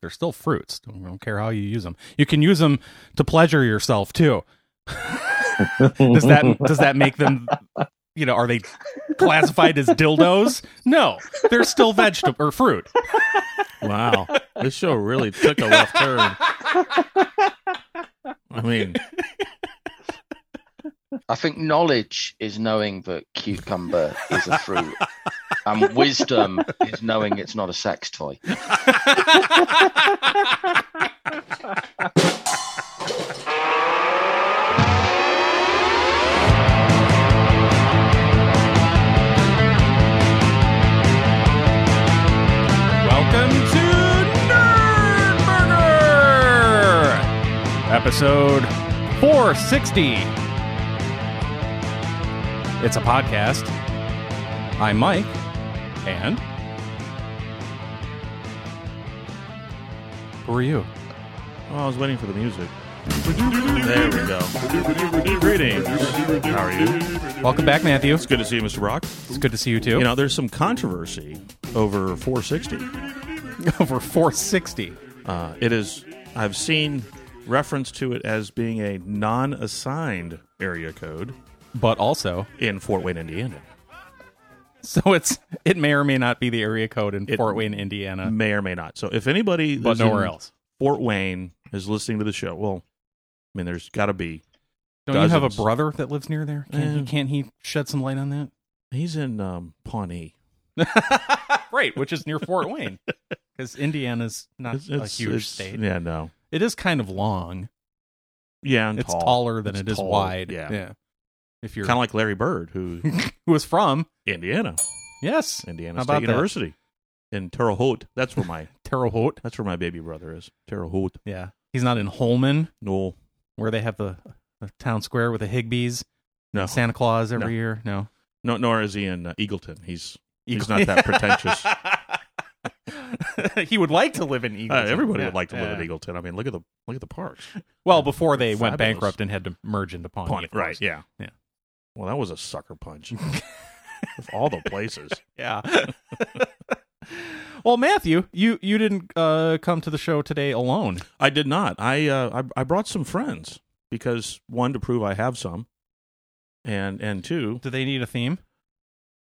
They're still fruits. Don't, don't care how you use them. You can use them to pleasure yourself too. does that does that make them? You know, are they classified as dildos? No, they're still vegetable or fruit. Wow. This show really took a left turn. I mean, I think knowledge is knowing that cucumber is a fruit, and wisdom is knowing it's not a sex toy. Welcome to Nerd episode 460. It's a podcast. I'm Mike, and who are you? well, oh, I was waiting for the music. There we go. Greetings. How are you? Welcome back, Matthew. It's good to see you, Mr. Brock. It's good to see you too. You know, there's some controversy over 460. over 460. Uh, it is, I've seen reference to it as being a non assigned area code But also, in Fort Wayne, Indiana. so it's it may or may not be the area code in It- Fort Wayne, Indiana, May or may not. So if anybody but is in nowhere else. Fort Wayne is listening to the show, well, I mean, there's got to be. Don't you have a dozens. Eh. brother that lives near there? Can't, he, Yeah. can't he shed some light on that? He's in um, Pawnee. right, which is near Fort Wayne, because Indiana's not It's- a it's- huge it's- state. Yeah, no. It is kind of long. Yeah, and it's tall. taller than It's it is tall, wide. Yeah. If you're Kind of like Larry Bird, who who is from Indiana, yes Indiana How State about that? University, in Terre Haute. That's where my Terre Haute. that's where my baby brother is. Terre Haute. Yeah, he's not in Holman No, where they have the, the town square with the Higbees, no, Santa Claus every No. year. No, no. Nor is he in uh, Eagleton. He's he's not that pretentious. Uh, pretentious. Uh, he would like to live in Eagleton. everybody Yeah, would like to live yeah. in Eagleton. I mean, look at the look at the parks. Well, before they went Fabulous. bankrupt and had to merge into Pawnee, Pawnee, of course. right? Yeah, Yeah. Well, that was a sucker punch. of all the places, Yeah. well, Matthew, you you didn't uh, come to the show today alone. I did not. I, uh, I I brought some friends because one to prove I have some, and and two, Do they need a theme?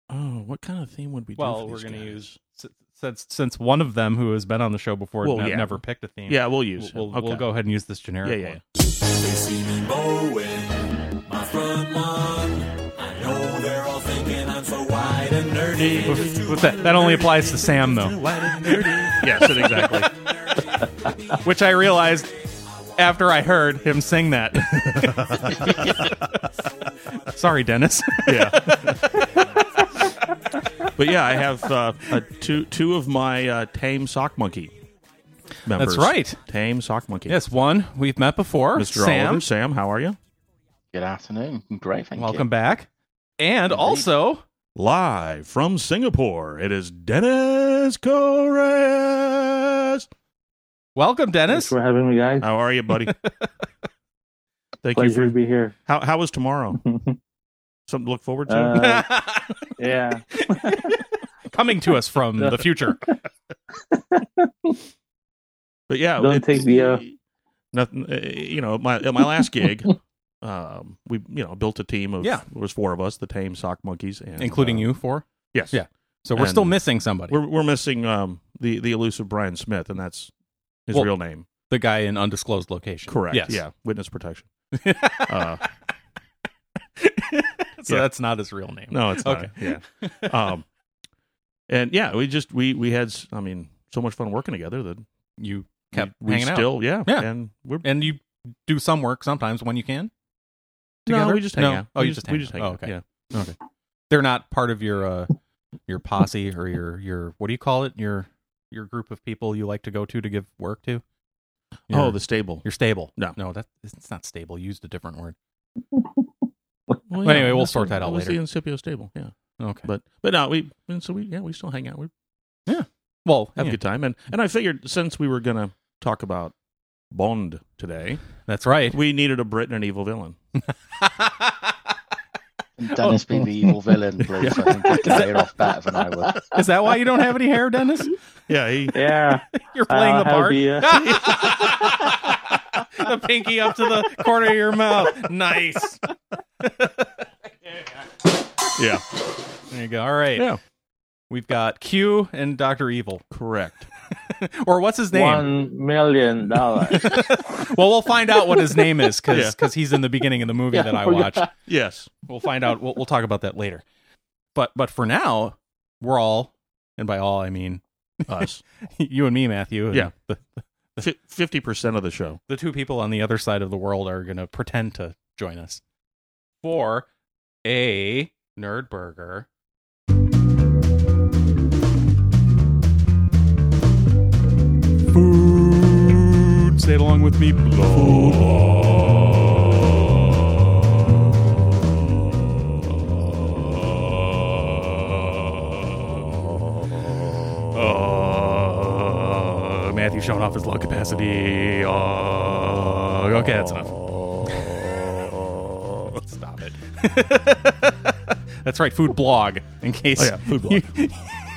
oh, what kind of theme would we? do Well, for we're these gonna guys? use- S- Since since one of them who has been on the show before Well, ne- yeah. never picked a theme. Yeah, we'll use. We'll, him. we'll, we'll Okay. go ahead and use this generic Yeah, yeah. one. yeah. They see me mowing my front lawn. I know they're all thinking I'm so wide and nerdy. With- with that, that only applies to Sam though, yes, and exactly. which I realized after I heard him sing that. Sorry, Dennis. yeah. but yeah, I have uh, uh two two of my uh, tame sock monkey members. right. tame sock monkey. yes, one we've met before. Mr. Sam, Oliver. Sam, how are you? Good afternoon. Great, thank welcome back. And also Live from Singapore, it is Dennis Corres. welcome, Thanks Dennis. for having me, Uh, guys. How are you, buddy? Thank you. Pleasure to For, be here. how how was tomorrow? Something to look forward to? Uh, yeah, Coming to us from the future. But yeah, Don't it- take the, uh, nothing. uh, You know, my at my last gig, um, we you know built a team of Yeah. It was four of us, the tame sock monkeys, and, including uh, you for. Yes, Yeah. So we're still And missing somebody. We're we're missing um the the elusive Brian Smith, and that's his Well- real name. The guy in undisclosed location. Correct. Yes. Yeah. Witness protection. uh, so Yeah. that's not his real name. no, it's not. Okay. Yeah. Um, and yeah, we just we we had s- I mean so much fun working together that You kept we hanging out. still yeah Yeah. and we're And you do some work sometimes when you can. no together? we just hang No. out. Oh, we you just we hang just out. hang Oh, out. okay. Yeah. They're not part of your uh your posse or your your what do you call it? Your your group of people you like to go to to give work to? Your, Oh, the stable. your stable. No. No, that it's not stable. Used a different word. Well, Anyway, we'll that's sort the- that out was later. the Incipio stable. Yeah. Okay. But but no, we and so we yeah we still hang out. We well, have yeah, a good time. And and I figured since we were gonna talk about Bond today, that's right. we needed a Brit and an evil villain. Dennis being the evil villain, please. I think I can hear off better than I would. Is that why you don't have any hair, Dennis? Yeah, he. Yeah. You're playing the I'll part. be, uh, the pinky up to the corner of your mouth. Nice. Yeah, There you go. All right. yeah, We've got Q and Doctor Evil, correct. or what's his name? One million dollars. Well, we'll find out what his name is because Yeah. he's in the beginning of the movie Yeah, that I I forgot. watched. Yes, We'll find out. We'll, we'll talk about that later. But but for now, we're all, and by all I mean us. you and me, Matthew. and Yeah. The, Fifty percent of the show. the two people on the other side of the world are going to pretend to join us for a nerd burger. Food. Say it along with me. Uh, Matthew showing off his lung capacity. Uh, okay, that's enough. Stop it. that's right, food blog. In case, Oh yeah, food blog.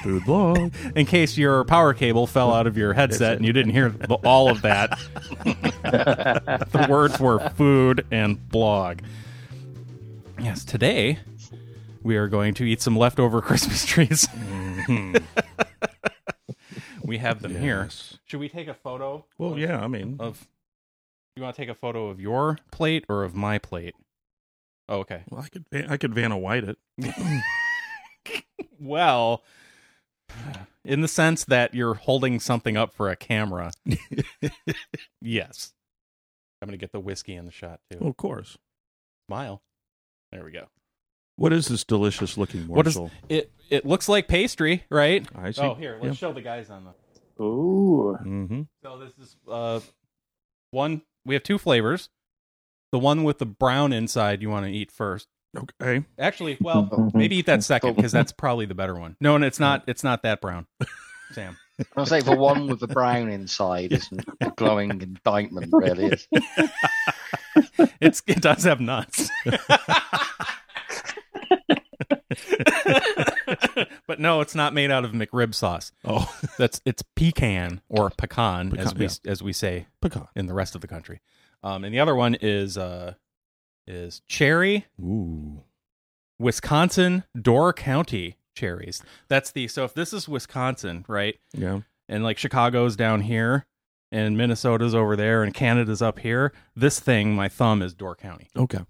food blog. in case your power cable fell out of your headset and you didn't hear the, all of that. the words were food and blog. Yes, today we are going to eat some leftover Christmas trees. we have them Mm-hmm. here. Yes. Should we take a photo Well, yeah. I mean, of you want to take a photo of your plate or of my plate oh, okay well, I could I could Vanna White it. well in the sense that you're holding something up for a camera yes i'm gonna get the whiskey in the shot too Well, of course. smile there we go What is this delicious looking What is- morsel? it it looks like pastry right I see. oh here let's show the guys on the Ooh. Mm-hmm. so this is uh one we have two flavors the one with the brown inside you want to eat first Okay. Actually, Mm-hmm. well, Mm. maybe eat that second because that's probably the better one. No, and it's not. It's not that brown, Sam. I'll say the one with the brown inside isn't a glowing indictment, really. It's, It's it does have nuts, but no, it's not made out of McRib sauce. Oh, That's it's pecan or pecan, as Pecan, we as we say pecan. in the rest of the country. Um, and the other one is uh is cherry Ooh. Wisconsin Door County cherries. That's the so if this is Wisconsin, right? Yeah. and like Chicago's down here and Minnesota's over there and Canada's up here. This thing, my thumb is Door County. Okay.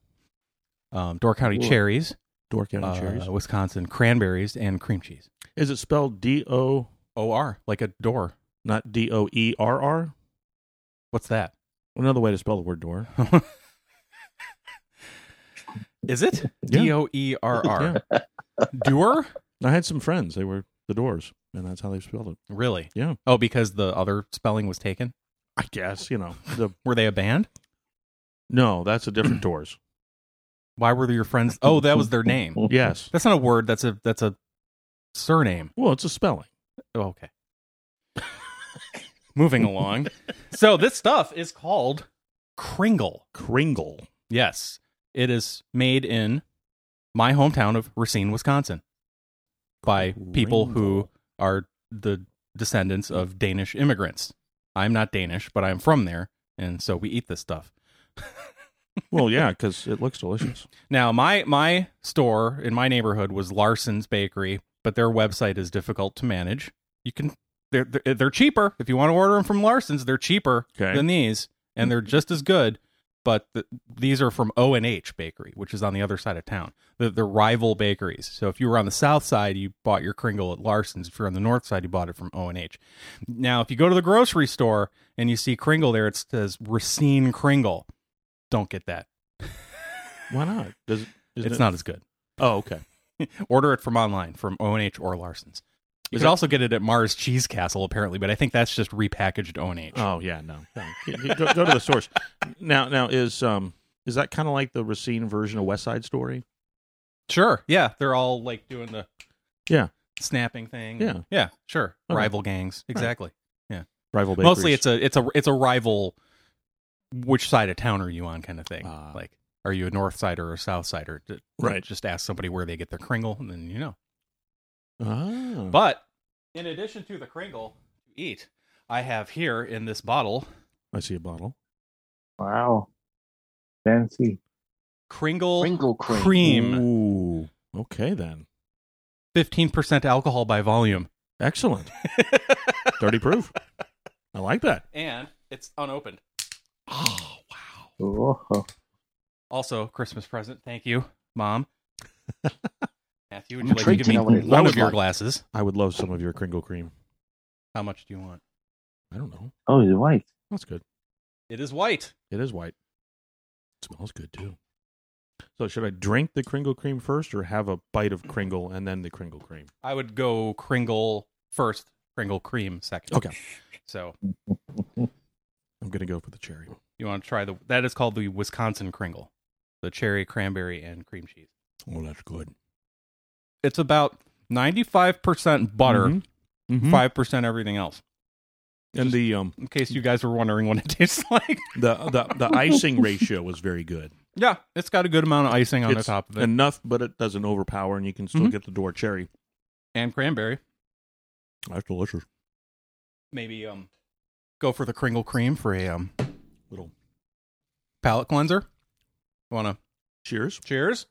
Um, Door County Cool. cherries, Door County uh, cherries. Wisconsin cranberries, and cream cheese. Is it spelled D O, OR, like a door. not D O E R R? What's that? Another way to spell the word door. Is it? Yeah. D O E R R. Door? I had some friends. They were the doors, and that's how they spelled it. Really? Yeah. Oh, because the other spelling was taken? I guess you know the. Were they a band? No, that's a different doors. Why were your friends? Oh, that was their name. Yes. That's not a word. That's a that's a surname. Well, it's a spelling. Oh, okay. Moving along. So this stuff is called Kringle. Kringle. Yes. It is made in my hometown of Racine, Wisconsin by people who Kringle. are the descendants of Danish immigrants. I'm not Danish, but I'm from there, and so we eat this stuff. Well, yeah, because it looks delicious. Now, my my store in my neighborhood was Larson's Bakery, but their website is difficult to manage. You can they're they're, they're cheaper if you want to order them from Larson's. They're cheaper Okay. than these, and they're just as good. But th these are from O and H Bakery, which is on the other side of town. The the rival bakeries. So if you were on the south side, you bought your Kringle at Larson's. If you're on the north side, you bought it from O and H. Now, if you go to the grocery store and you see Kringle there, it says Racine Kringle. Don't get that. Why not? Does it- isn't it's it- not as good. Oh, okay. order it from online from ONH or Larson's. You Is could it- also get it at Mars Cheese Castle, apparently, but I think that's just repackaged ONH. Oh, yeah. No. no. Go, go- go to the source. Now, now is um is that kind of like the Racine version of West Side Story? Sure. Yeah. They're all like doing the Yeah. snapping thing. Yeah. Yeah. Sure. Okay. Rival gangs. Exactly. Rival bakeries. Mostly it's a it's a it's a rival which side of town are you on kind of thing. Ah. like are you a north sider or a south sider? D- Right. Just ask somebody where they get their Kringle, and then you know. Oh. But in addition to the Kringle to eat, I have here in this bottle I see a bottle. Wow. Fancy. Kringle Kringle cream. cream, Ooh. Okay then. fifteen percent alcohol by volume, Excellent. Thirty proof. I like that. and it's unopened. Oh wow. Oh. Also, Christmas present. Thank you, Mom. Matthew, would I'm you like to intrigued give to me know what it one looks of your like. glasses? I would love some of your Kringle cream. How much do you want? I don't know. Oh, it's white. That's good. It is white. It is white. It smells good too. So should I drink the Kringle cream first, or have a bite of Kringle and then the Kringle cream? I would go Kringle first, Kringle cream second. Okay. So I'm gonna go for the cherry. you want to try the that is called the Wisconsin Kringle, the cherry, cranberry, and cream cheese. Oh, that's good. It's about ninety five percent butter, Mhm. Mm-hmm. Mhm. 5 percent everything else. And the um In case you guys were wondering what it tastes like. the the, the icing ratio was very good. Yeah, it's got a good amount of icing on It's the top of it, and, Enough, but it doesn't overpower, and you can still Mhm. get the door cherry. cranberry. That's delicious. Maybe um, go for the Kringle cream for a um Little palate cleanser. Want to cheers. cheers,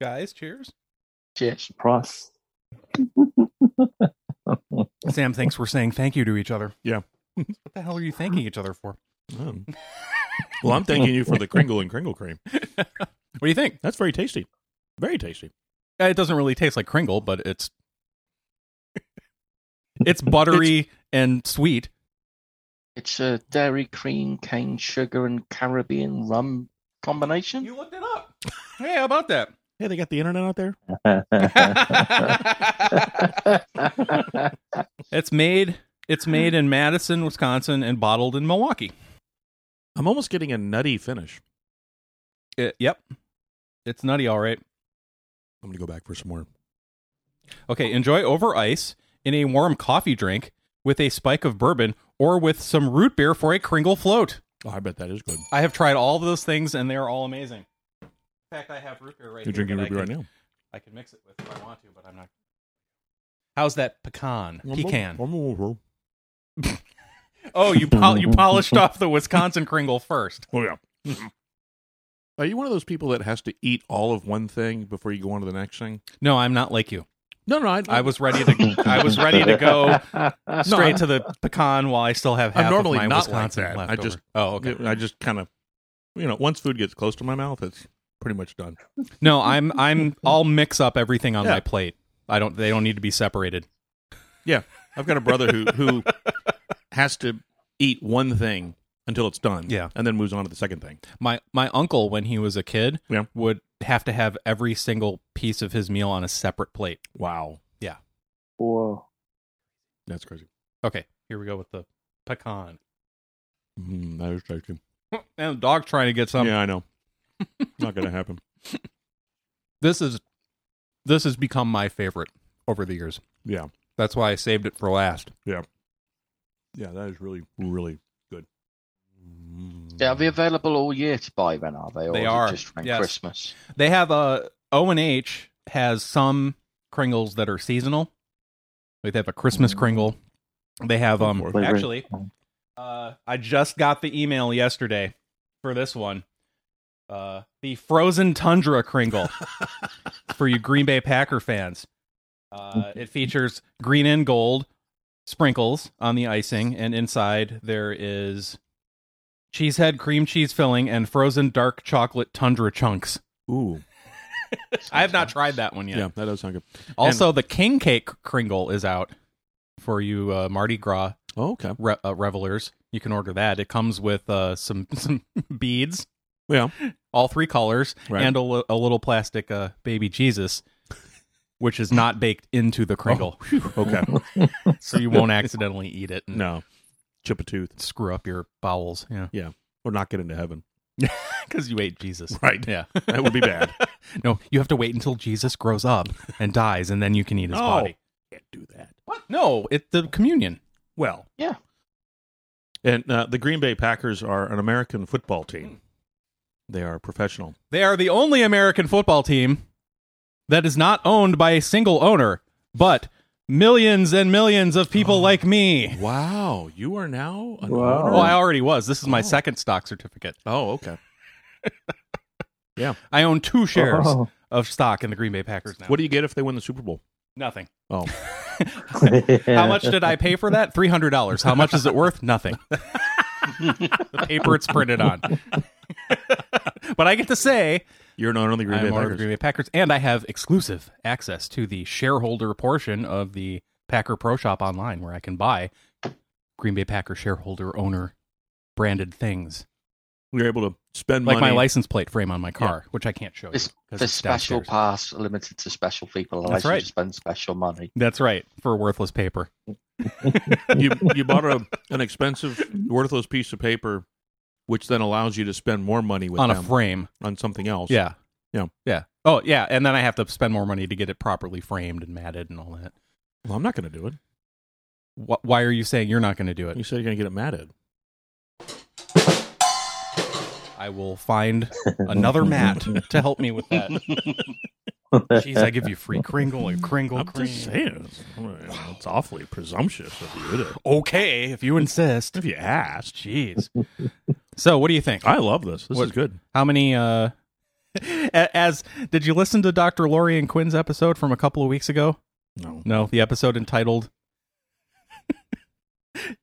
guys? Cheers. Cheers. Prost. Sam thinks we're saying thank you to each other. Yeah. what the hell are you thanking each other for? Um, well, I'm thanking you for the Kringle and Kringle cream. What do you think? That's very tasty. Very tasty. Uh, It doesn't really taste like Kringle, but it's it's buttery and sweet. It's a dairy cream, cane sugar, and Caribbean rum combination. looked it up. Hey, how about that? Hey, they got the internet out there. it's made it's made in Madison, Wisconsin, and bottled in Milwaukee. I'm almost getting a nutty finish. It- yep, it's nutty, all right. I'm gonna go back for some more. Okay, enjoy over ice in a warm coffee drink with a spike of bourbon or with some root beer for a Kringle float. Oh, I bet that is good. I have tried all of those things, and they are all amazing. In fact, I have root beer right You're here drinking that I root beer right can- now. I can mix it with if I want to, but I'm not. How's that pecan? Pecan. Oh Oh, you pol- you polished off the Wisconsin Kringle first. Oh, yeah. Mm-hmm. Are you one of those people that has to eat all of one thing before you go on to the next thing? No, I'm not like you. No, no, I, I was ready to I was ready to go straight to the pecan while I still have I'm half normally of my not like Wisconsin that. I left just- oh okay. I just kind of, you know, once food gets close to my mouth, it's pretty much done. No, I'm I'm I'll mix up everything on Yeah. my plate. I don't. They don't need to be separated. I've got a brother who who has to eat one thing until it's done, Yeah. and then moves on to the second thing. My my uncle, when he was a kid, Yeah. would have to have every single piece of his meal on a separate plate. Wow, Whoa. that's crazy. Okay, here we go with the pecan. Mm, that is crazy. And the dog trying to get some. yeah, I know. Not gonna happen. This is this has become my favorite over the years. Yeah, That's why I saved it for last. yeah, that is really really good. Yeah, are they available all year to buy then, are they? Or They is it are, just around yes. Christmas? They have a O and H has some Kringles that are seasonal. Like they have a Mm. Christmas Kringle. They have um Flavor. actually uh I just got the email yesterday for this one. Uh the Frozen Tundra Kringle for you Green Bay Packer fans. Uh it features green and gold sprinkles on the icing and inside there is cheesehead cream cheese filling and frozen dark chocolate tundra chunks. Ooh, I have not tried that one yeah. yet. that does sound good. Also, the king cake kringle is out for you uh, Mardi Gras Oh, okay, re- uh, revelers. You can order that. It comes with uh, some some beads, yeah, all three colors, Right. and a li- a little plastic uh, baby Jesus, which is not baked into the kringle, okay. so you won't accidentally eat it and no, chip a tooth screw up your bowels. Yeah, or not get into heaven. because you ate Jesus. Right. Yeah. That would be bad. no, you have to wait until Jesus grows up and dies, and then you can eat his No. body. Oh. Can't do that. What? No, it's the communion. Well, Yeah. And uh, the Green Bay Packers are an American football team. They are professional. They are the only American football team that is not owned by a single owner, but millions and millions of people Oh. like me. Wow, you are now an Wow. owner? Well, I already was. This is my Oh. second stock certificate. Oh, okay. I own two shares Oh. of stock in the Green Bay Packers now. What do you get if they win the Super Bowl? Nothing. Oh, How much did I pay for that? Three hundred dollars. How much is it worth? Nothing. the paper it's printed on. but I get to say you're an owner of the Green I'm Bay owner of the Packers. Green Bay Packers, and I have exclusive access to the shareholder portion of the Packer Pro Shop online, where I can buy Green Bay Packer shareholder owner branded things, You're able to spend like money. my license plate frame on my car, which I can't show you. It's 'cause The it's special downstairs. pass limited to special people unless That's right. you spend special money. That's right for worthless paper. you you bought a, an expensive, worthless piece of paper, which then allows you to spend more money with on them a frame. on something else. Yeah. Yeah. Yeah. Oh, yeah. And then I have to spend more money to get it properly framed and matted and all that. Well, I'm not going to do it. Wh- why are you saying you're not going to do You it? said you're going to get it matted. I will find another mat to help me with that. Jeez, I give you free Kringle and Kringle I'm cream. just saying, it's, it's awfully presumptuous of you to, Okay, if you insist. if you asked. Jeez. So, what do you think? I love this. This What- is good. How many? uh a- As did you listen to Dr. Lori and Quinn's episode from a couple of weeks ago? No. No, the episode entitled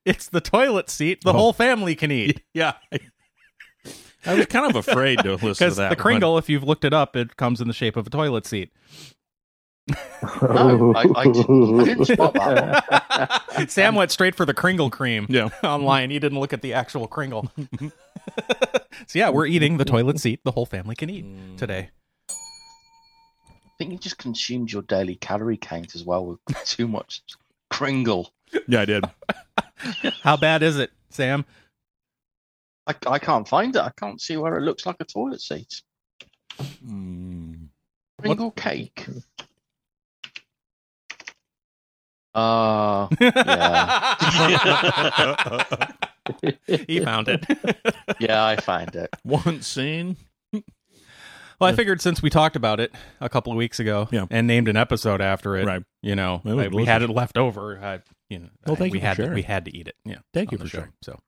"It's the toilet seat Oh. the whole family can eat." Yeah. I was kind of afraid to listen to Because that. the Kringle, if you've looked it up, it comes in the shape of a toilet seat. No, I, I, didn't, I didn't spot that one. Sam went straight for the Kringle cream one. Yeah. online. He didn't look at the actual Kringle. so yeah, we're eating the toilet seat the whole family can eat today. I think you just consumed your daily calorie count as well with too much Kringle. Yeah, I did. How bad is it, Sam? I, I can't find it. I can't see where it looks like a toilet seat. Mm. Kringle cake. Uh, Yeah. he found it. yeah, I find it. One scene. well, I figured since we talked about it a couple of weeks ago Yeah. and named an episode after it, Right. you know, It was I- we had it delicious. left over. I, you know, Well, I- thank we you for had to, sharing. we had to eat it. Yeah. Thank you on for the show. sharing. So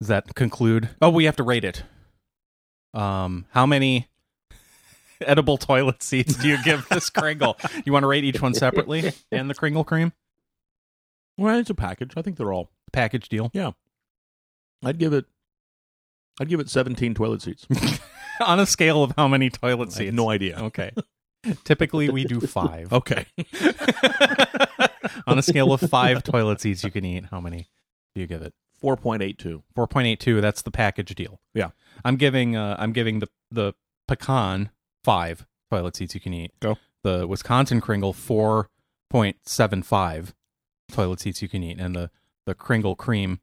does that conclude? Oh, we have to rate it. Um, how many edible toilet seats do you give this Kringle? You want to rate each one separately and the Kringle cream Well, it's a package. I think they're all. package deal I'd give it. I'd give it 17 toilet seats. on a scale of how many toilet I have seats? no idea. Okay. Typically, we do five. Okay. on a scale of five toilet seats you can eat, how many do you give it? 4.82. Four point eight two. That's the package deal. Yeah. I'm giving. Uh, I'm giving the the pecan five toilet seats you can eat. Go. The Wisconsin Kringle four point seven five toilet seats you can eat, and the the Kringle cream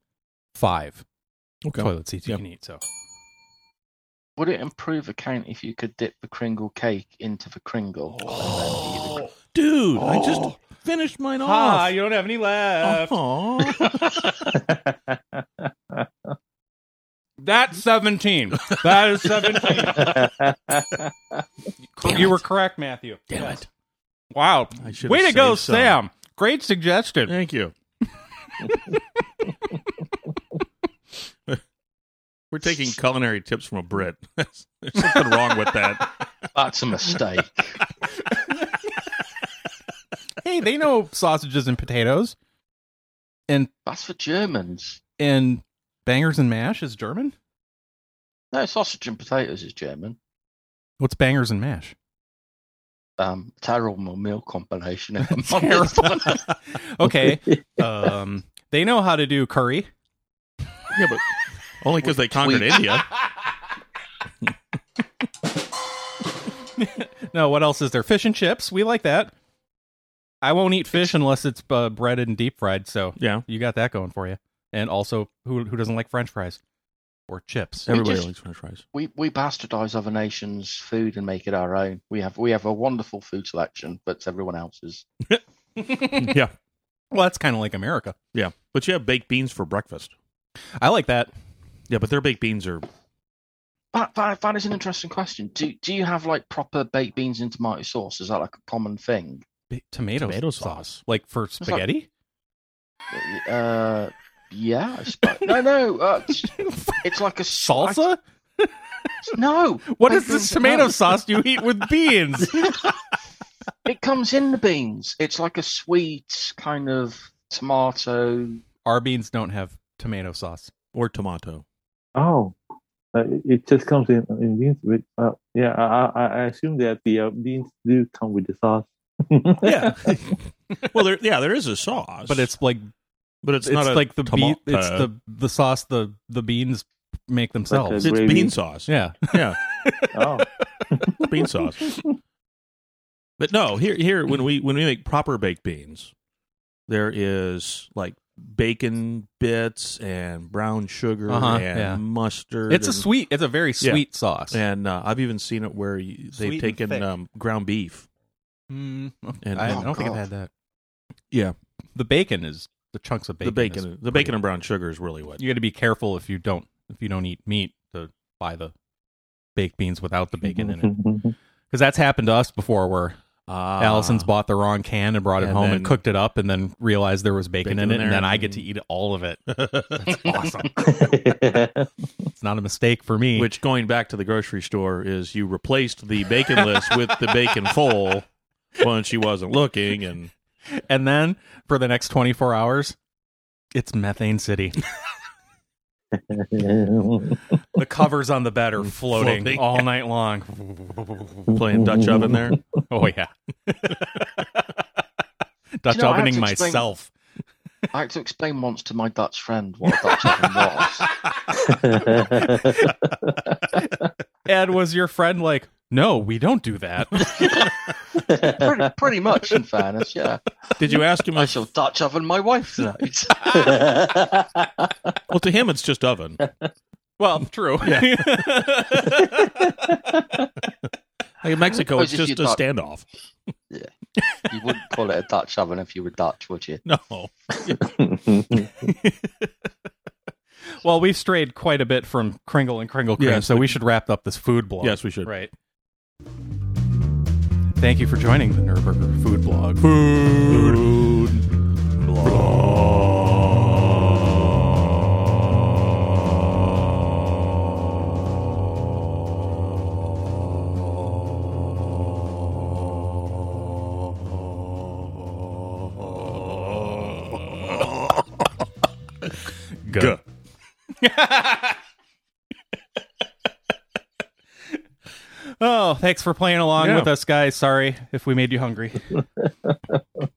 five Okay. toilet seats you Yeah. can eat. So Would it improve a count if you could dip the Kringle cake into the Kringle? Oh, dude, I just finished mine ah, off. you don't have any left. Aw. That's seventeen. That is seventeen. you were correct, Matthew. Damn Yes. it. Wow. I should've Way to saved go, some. Sam. Great suggestion. Thank you. We're taking culinary tips from a Brit. There's something wrong with that. That's a mistake. hey, they know sausages and potatoes. And That's for Germans. and bangers and mash is German? No, sausage and potatoes is German. What's bangers and mash? Um, terrible meal combination. if I'm honest. Terrible. Oh, okay. Um they know how to do curry. Yeah, but only because they conquered Tweet. India. No, what else is there? Fish and chips. We like that. I won't eat fish unless it's uh, breaded and deep fried, so Yeah, you got that going for you. And also, who who doesn't like french fries or chips? everybody just- likes French fries. we we bastardize other nations' food and make it our own. We have we have a wonderful food selection, but it's everyone else's. yeah, Well, that's kind of like America. yeah. But you have baked beans for breakfast. I like that. Yeah, but their baked beans are That, that that is an interesting question. Do do you have like proper baked beans and tomato sauce? Is that like a common thing? Ba- tomato, Tomato sauce. sauce. like for not- spaghetti. Uh, yeah. I suppose. no, no. Uh, it's, it's like a s- I- Salsa? no. What baked is this beans- tomato no. sauce you eat with beans? It comes in the beans. It's like a sweet kind of tomato. Our beans don't have tomato sauce. or tomato. Oh, uh, it- it just comes in in beans. With, uh, yeah, I, I I assume that the uh, beans do come with the sauce. Yeah. well, there, yeah, there is a sauce, But it's like but it's, it's, not a like the be- tomato. it's the the sauce the the beans make themselves. Okay. it's gravy. bean sauce. Yeah. yeah. Oh, bean sauce. But no, here here when we when we make proper baked beans, there is like bacon bits and brown sugar Uh-huh, and yeah. mustard. It's a and, sweet it's a very Yeah. sweet sauce. and uh, I've even seen it where you, Sweet they've and taken thick. um, ground beef. Mm, And- I, I Oh, don't think I've God. had that. Yeah, The bacon is the chunks of bacon. the bacon, is- the bacon and brown sugar is really what. you got to be careful if you don't if you don't eat meat to buy the baked beans without the bacon in it because that's happened to us before where Ah, Allison's bought the wrong can and brought it And home then- and cooked it up and then realized there was bacon, in Bacon it in and there. then I get to eat all of it. Awesome. it's not a mistake for me. Which going back to the grocery store is you replaced the bacon list with the bacon full when she wasn't looking and and then for the next 24 hours, it's methane city. The covers on the bed are floating, Floating. all night long. playing Dutch oven there. Oh yeah. Dutch You know, I have ovening to explain- myself. I had to explain once to my Dutch friend what a Dutch oven was. Ed, was your friend like, no, we don't do that. Pretty, pretty much, in fairness, yeah. Did you ask him? I If, shall Dutch oven my wife tonight. well, to him, it's just oven. well, true. Like in Mexico, Or it's just just a you thought- standoff. you wouldn't call it a Dutch oven if you were Dutch, would you? No, well, we've strayed quite a bit from Kringle and Kringle Cream, Yes, so the- we should wrap up this food blog. yes, we should. Right. Thank you for joining the Nerdburger Food Blog. Go. Oh, thanks for playing along Yeah. with us, guys. Sorry if we made you hungry. Well,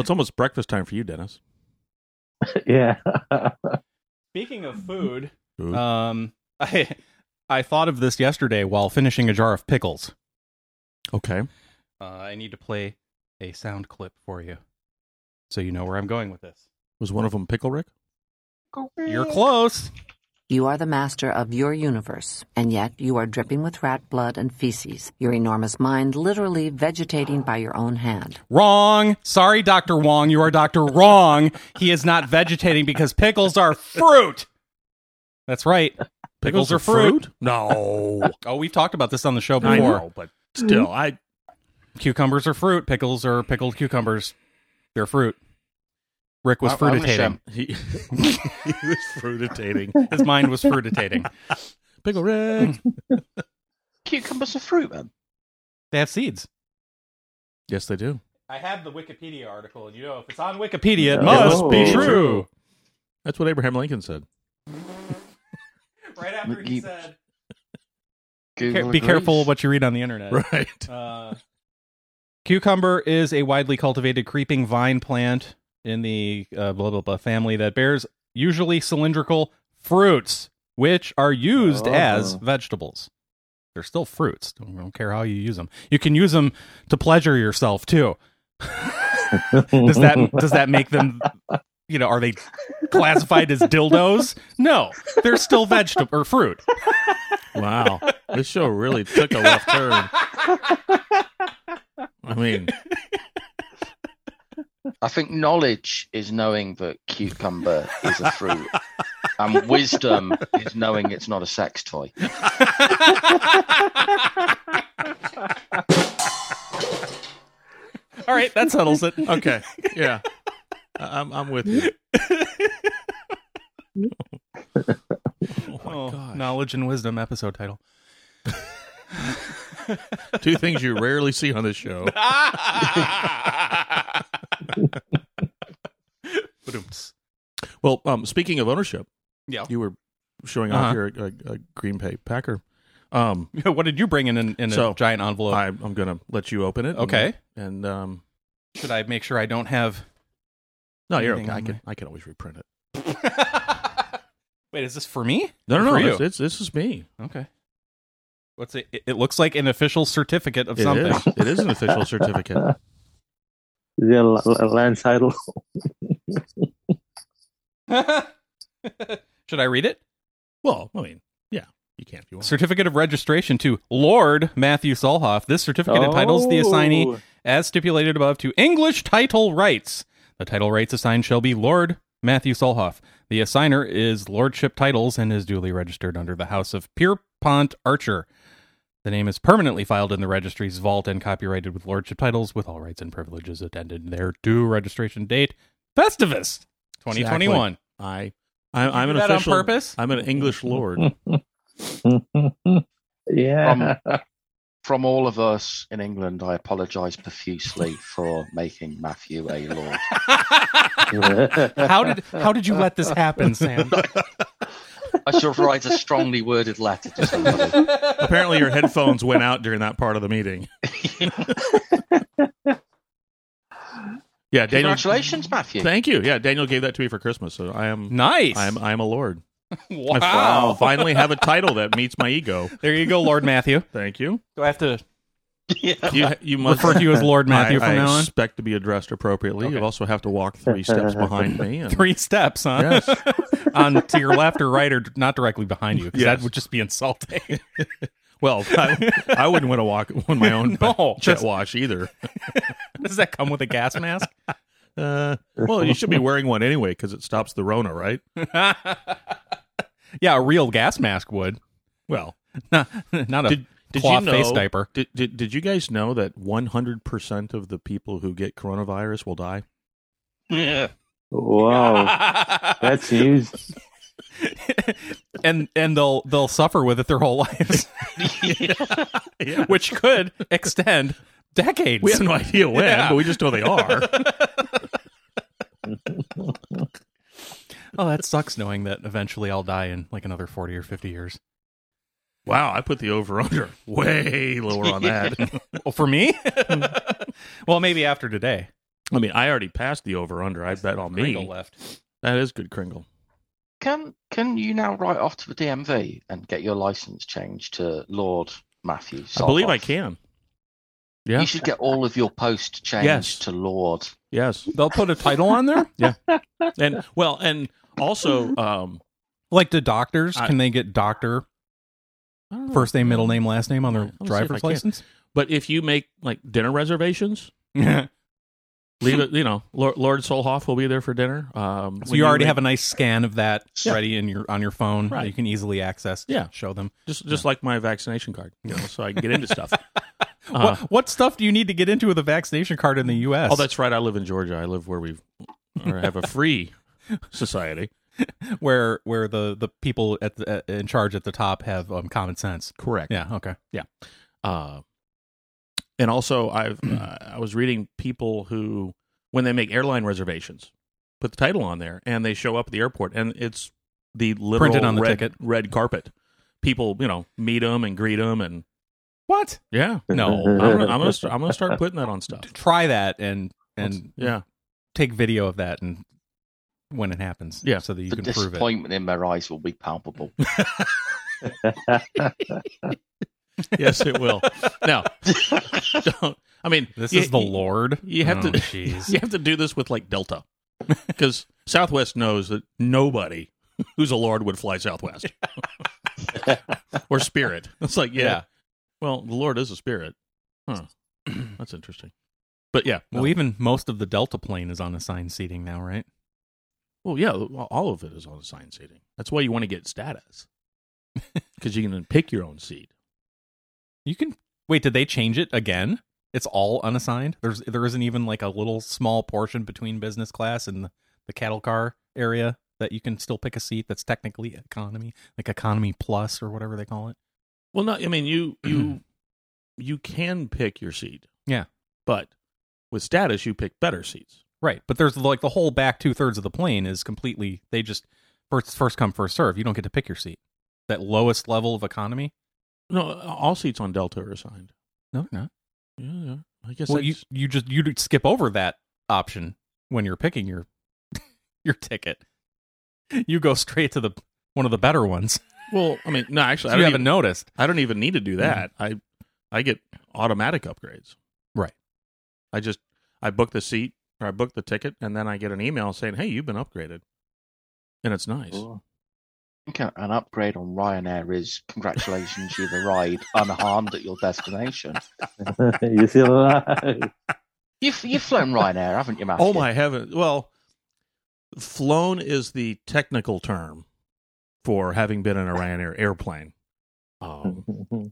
it's almost breakfast time for you, Dennis. yeah. Speaking of food, Food. um, I I thought of this yesterday while finishing a jar of pickles. Okay. Uh, I need to play a sound clip for you, so you know where I'm going with this. Was one of them pickle Rick? You're close. You are the master of your universe, and yet you are dripping with rat blood and feces, your enormous mind literally vegetating by your own hand. Wrong. Sorry, Doctor Wong. You are Doctor Wrong. He is not vegetating because pickles are fruit. That's right. Pickles, are fruit. No. Oh, we've talked about this on the show I before. know, but still, I Cucumbers are fruit. Pickles are pickled cucumbers. They're fruit. Rick was I- I wish, fruititating. um, he, he was fruititating. His mind was fruititating. Pickle Rick. Cucumbers are fruit, man. They have seeds. yes, they do. I have the Wikipedia article, and you know, if it's on Wikipedia, it Oh. must be Oh. true. That's what Abraham Lincoln said. Right after he said, Google "Be agrees. careful what you read on the internet." Right. Uh, cucumber is a widely cultivated creeping vine plant in the uh, blah blah blah family that bears usually cylindrical fruits, which are used Oh. as vegetables. They're still fruits. Don't, don't care how you use them. You can use them to pleasure yourself too. Does that does that make them? You know, are they classified as dildos? No, they're still vegetable or fruit. Wow. this show really took a left turn. I mean, I think knowledge is knowing that cucumber is a fruit. And wisdom is knowing it's not a sex toy. All right, that settles it. Okay. Yeah. I- I'm I'm with you. oh my Oh, gosh. knowledge and wisdom episode title. Two things you rarely see on this show. Ba-doomts. Well, um, speaking of ownership, Yeah. you were showing Uh-huh. off your uh, uh, Green Bay Packer. Um, what did you bring in in, in So, a giant envelope? I, I'm going to let you open it. okay. And, and, um, Should I make sure I don't have? no, you're Anything okay. I on can I can always reprint it. Wait, is this for me? No, no, For no. you. It's, it's this is me. Okay. What's it? It, it looks like an official certificate of It something. is. It is an official certificate. Is there a la- la- land title? Should I read it? Well, I mean, yeah, you can if you want. Certificate of registration to Lord Matthew Solhoff. This certificate entitles the assignee Oh. as stipulated above, to English title rights. The title rights assigned shall be Lord Matthew Solhoff. The assigner is Lordship Titles and is duly registered under the House of Pierpont Archer. The name is permanently filed in the registry's vault and copyrighted with Lordship Titles, with all rights and privileges attended thereto. Registration date Festivus 2021. I, I I'm do an that on official. purpose? I'm an English lord. yeah. From all of us in England, I apologise profusely for making Matthew a lord. Um, how did how did you let this happen, Sam? I shall write a strongly worded letter to somebody. Apparently, your headphones went out during that part of the meeting. yeah, Daniel. Congratulations, Matthew. Thank you. Yeah, Daniel gave that to me for Christmas, so I am nice. I am I am a lord. I fi- wow. finally have a title that meets my ego. There you go, Lord Matthew. Thank you. Do I have to Yeah. You you must refer to you as Lord Matthew I, from I now on? expect to be addressed appropriately. Okay. You also have to walk three steps behind me. and- three steps, huh? Yes. On to your left or right, or not directly behind you, because that Yes. would just be insulting. Well, I, I wouldn't want to walk on my own No, jet just- wash either. Does that come with a gas mask? Uh, well, you should be wearing one anyway because it stops the Rona, right? yeah, a real gas mask would. Well, Not, not a Did- did you cloth face know- diaper. did, did did you guys know that 100% of the people who get coronavirus will die? Wow. That's huge. and and they'll they'll suffer with it their whole lives, Yeah. which could extend decades. We have no idea when, Yeah. but we just know they are. oh, that sucks knowing that eventually I'll die in like another forty or fifty years. wow, I put the over under way lower on that. Well, for me, well, maybe after today. I mean, I already passed the over under. I bet on Kringle me. left. That is good Kringle. Can can you now write off to the DMV and get your license changed to Lord Matthew? I believe I Sarkoff? can. Yeah. You should get all of your posts changed Yes. to Lord. Yes. They'll put a title on there. And well, and also um Like the doctors, I- can they get doctor I don't know. first name, middle name, last name on I'll their see if I driver's can. license? But if you make like dinner reservations, so leave it. You know, Lord, Lord Solhoff will be there for dinner. Um, when you already make- have a nice scan of that Yeah. ready in your on your phone that Right. you can easily access. Yeah. show them. just just like my vaccination card, you know, so I can get into stuff. Uh, what what stuff do you need to get into with a vaccination card in the U.S.? oh, that's right. I live in Georgia. I live where we or have a free society. where where the the people at the, uh, in charge at the top have um, common sense. Correct. Yeah. Okay. Uh, and also, I've uh, I was reading people who when they make airline reservations, put the title on there, and they show up at the airport, and it's the literal Printed on the red, ticket. red carpet. People, you know, meet them and greet them, and What? yeah, I'm No. gonna, I'm gonna, st- I'm gonna start putting that on stuff. Try that and and yeah, take video of that and when it happens. Yeah. So that you the can prove it. disappointment in their eyes will be palpable. yes, it will. no, don't. I mean, This you- is the you- Lord. you have Oh, to- Jeez. You have to do this with like Delta, because Southwest knows that nobody who's a Lord would fly Southwest or Spirit. It's like, yeah, Yeah. well, the Lord is a spirit. Huh. That's interesting. But yeah, no. Well, even most of the Delta plane is on assigned seating now, right? Well, yeah, all of it is on assigned seating. That's why you want to get status because you can then pick your own seat. You can wait. Did they change it again? It's all unassigned. There's there isn't even like a little small portion between business class and the, the cattle car area that you can still pick a seat. That's technically economy, like economy plus or whatever they call it. Well, no, I mean you you you can pick your seat. Yeah. but with status, you pick better seats. Right, but there's like the whole back two thirds of the plane is completely. They just first first come first serve. You don't get to pick your seat. That lowest level of economy. No, all seats on Delta are assigned. No, no. Yeah, yeah. I guess Well, that's, you you just you skip over that option when you're picking your your ticket. You go straight to the one of the better ones. well, I mean, no, actually, I you don't haven't even, noticed. I don't even need to Mm-hmm. do that. I I get automatic upgrades. Right. I just I book the seat or I book the ticket and then I get an email saying, "Hey, you've been upgraded." And it's nice. Oh. Okay, an upgrade on Ryanair is congratulations, you've arrived unharmed at your destination. you see alive. You've, you've flown Ryanair, haven't you, Matthew? Oh my heaven. Well, flown is the technical term for having been in a Ryanair airplane. Um,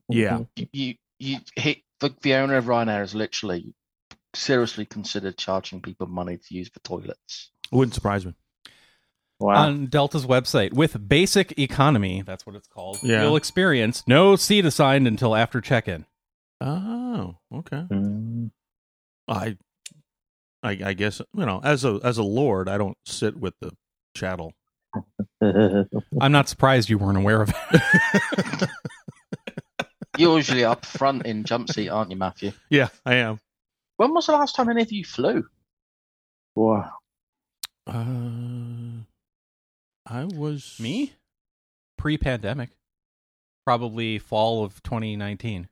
Yeah. You, you, you hit, the, the owner of Ryanair is literally seriously considered charging people money to use the toilets. wouldn't surprise me. Wow. On Delta's website, with basic economy, that's what it's called. Yeah. You'll experience no seat assigned until after check in. Oh, okay. Mm. I, I, I guess you know, as a as a lord, I don't sit with the chattel. I'm not surprised you weren't aware of it. You're usually up front in jump seat, aren't you, Matthew? Yeah, I am. When was the last time any of you flew? wow. Uh, I was Me? Pre pandemic. Probably fall of 2019.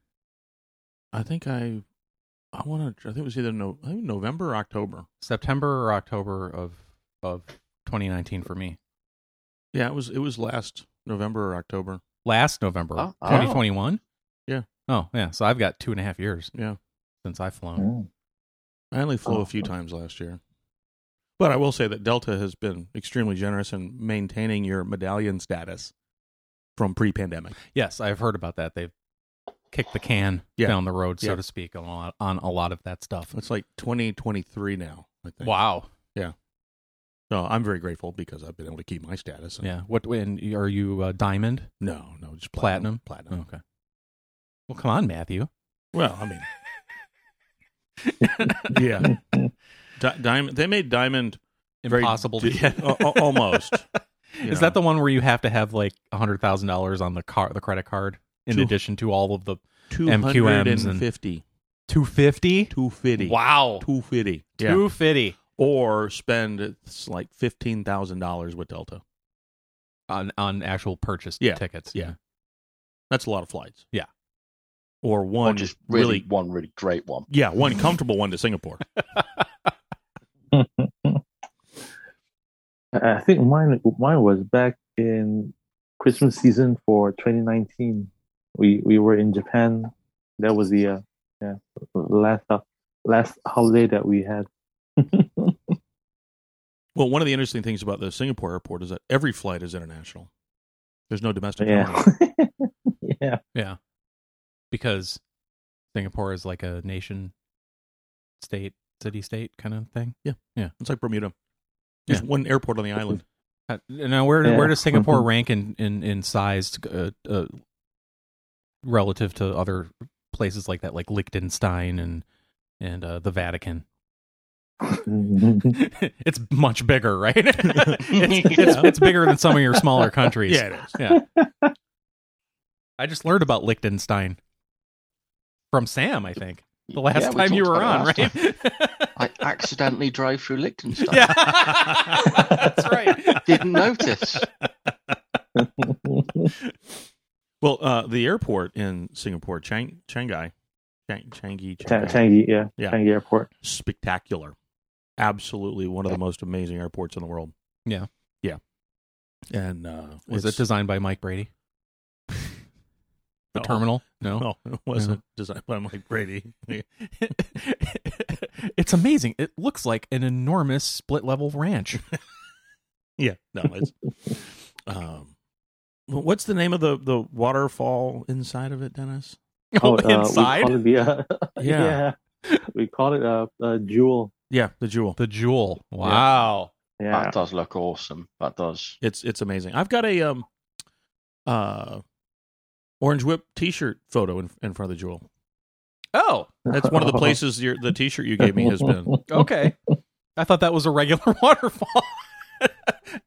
I think I, I want to. I think it was either no, I think November or October. September or October of of 2019 for me. Yeah, it was it was last November or October. last November, Oh. 2021. Yeah. Oh, yeah. So I've got two and a half years Yeah, since I've Mm-hmm. flown. Mm. I only Oh, flew a few times last year, but I will say that Delta has been extremely generous in maintaining your medallion status from pre-pandemic. Yes, I've heard about that. They've kicked the can Yeah. down the road, so Yeah. to speak, on a lot, on a lot of that stuff. It's like 2023 now. I think. Wow. So I'm very grateful because I've been able to keep my status. Yeah. What? And are you uh, diamond? No, no, just Platinum? Oh, platinum. Platinum. okay. Well, come on, Matthew. Well, I mean, yeah. Di- diamond. They made diamond very Impossible di- to get. al- al- almost. you Oh, Is know. that the one where you have to have like hundred thousand dollars on the car, the credit card, in Two- addition to all of the MQMs and- 250 two fifty? 250 Wow, 250 yeah. two fifty or spend it's like $15,000 with Delta. on on actual purchased Yeah. tickets. Yeah. That's a lot of flights. Yeah. Or Or one just really, one really great one? yeah, one comfortable one to Singapore. I I think mine mine was back in Christmas season for 2019. We we were in Japan. That was the uh, yeah last uh, last holiday that we had. Well, one of the interesting things about the Singapore airport is that every flight is international. There's no domestic. Yeah, airline. Oh. yeah. Yeah. Because Singapore is like a nation state, city state kind of thing. It's like Bermuda. There's one airport on the island. Uh, now, where do- where Yeah. does Singapore rank in in in size uh, uh, relative to other places like that, like Liechtenstein and and uh, the Vatican? it's much bigger, right? it's, it's, it's bigger than some of your smaller countries. it is. Yeah. I just learned about Liechtenstein from Sam, I think. The last Yeah, we time you talked were on, about it right? last I accidentally drove through Liechtenstein. yeah. That's right. Didn't notice. Well, uh, the airport in Singapore, Chang Changi, Chang Changi, Chang- Changi, Changi, yeah, Yeah. Changi Airport. spectacular. Absolutely one of the most amazing airports in the world. Yeah. Yeah. And uh Was it's- it designed by Mike Brady? The no, terminal? No. No, it wasn't designed by Mike Brady. it's amazing. It looks like an enormous split level ranch. yeah, no, it's. Um, wh- what's the name of the the waterfall inside of it, Dennis? Oh, uh, We inside call it the, uh, Yeah. yeah. We call it a, a jewel. Yeah, the jewel. the jewel. Wow. Yeah. That does look awesome. That does. It's it's amazing. I've got a um, uh, orange whip T-shirt photo in in front of the jewel. Oh, That's one of the places your the T-shirt you gave me has been. okay. I thought that was a regular waterfall.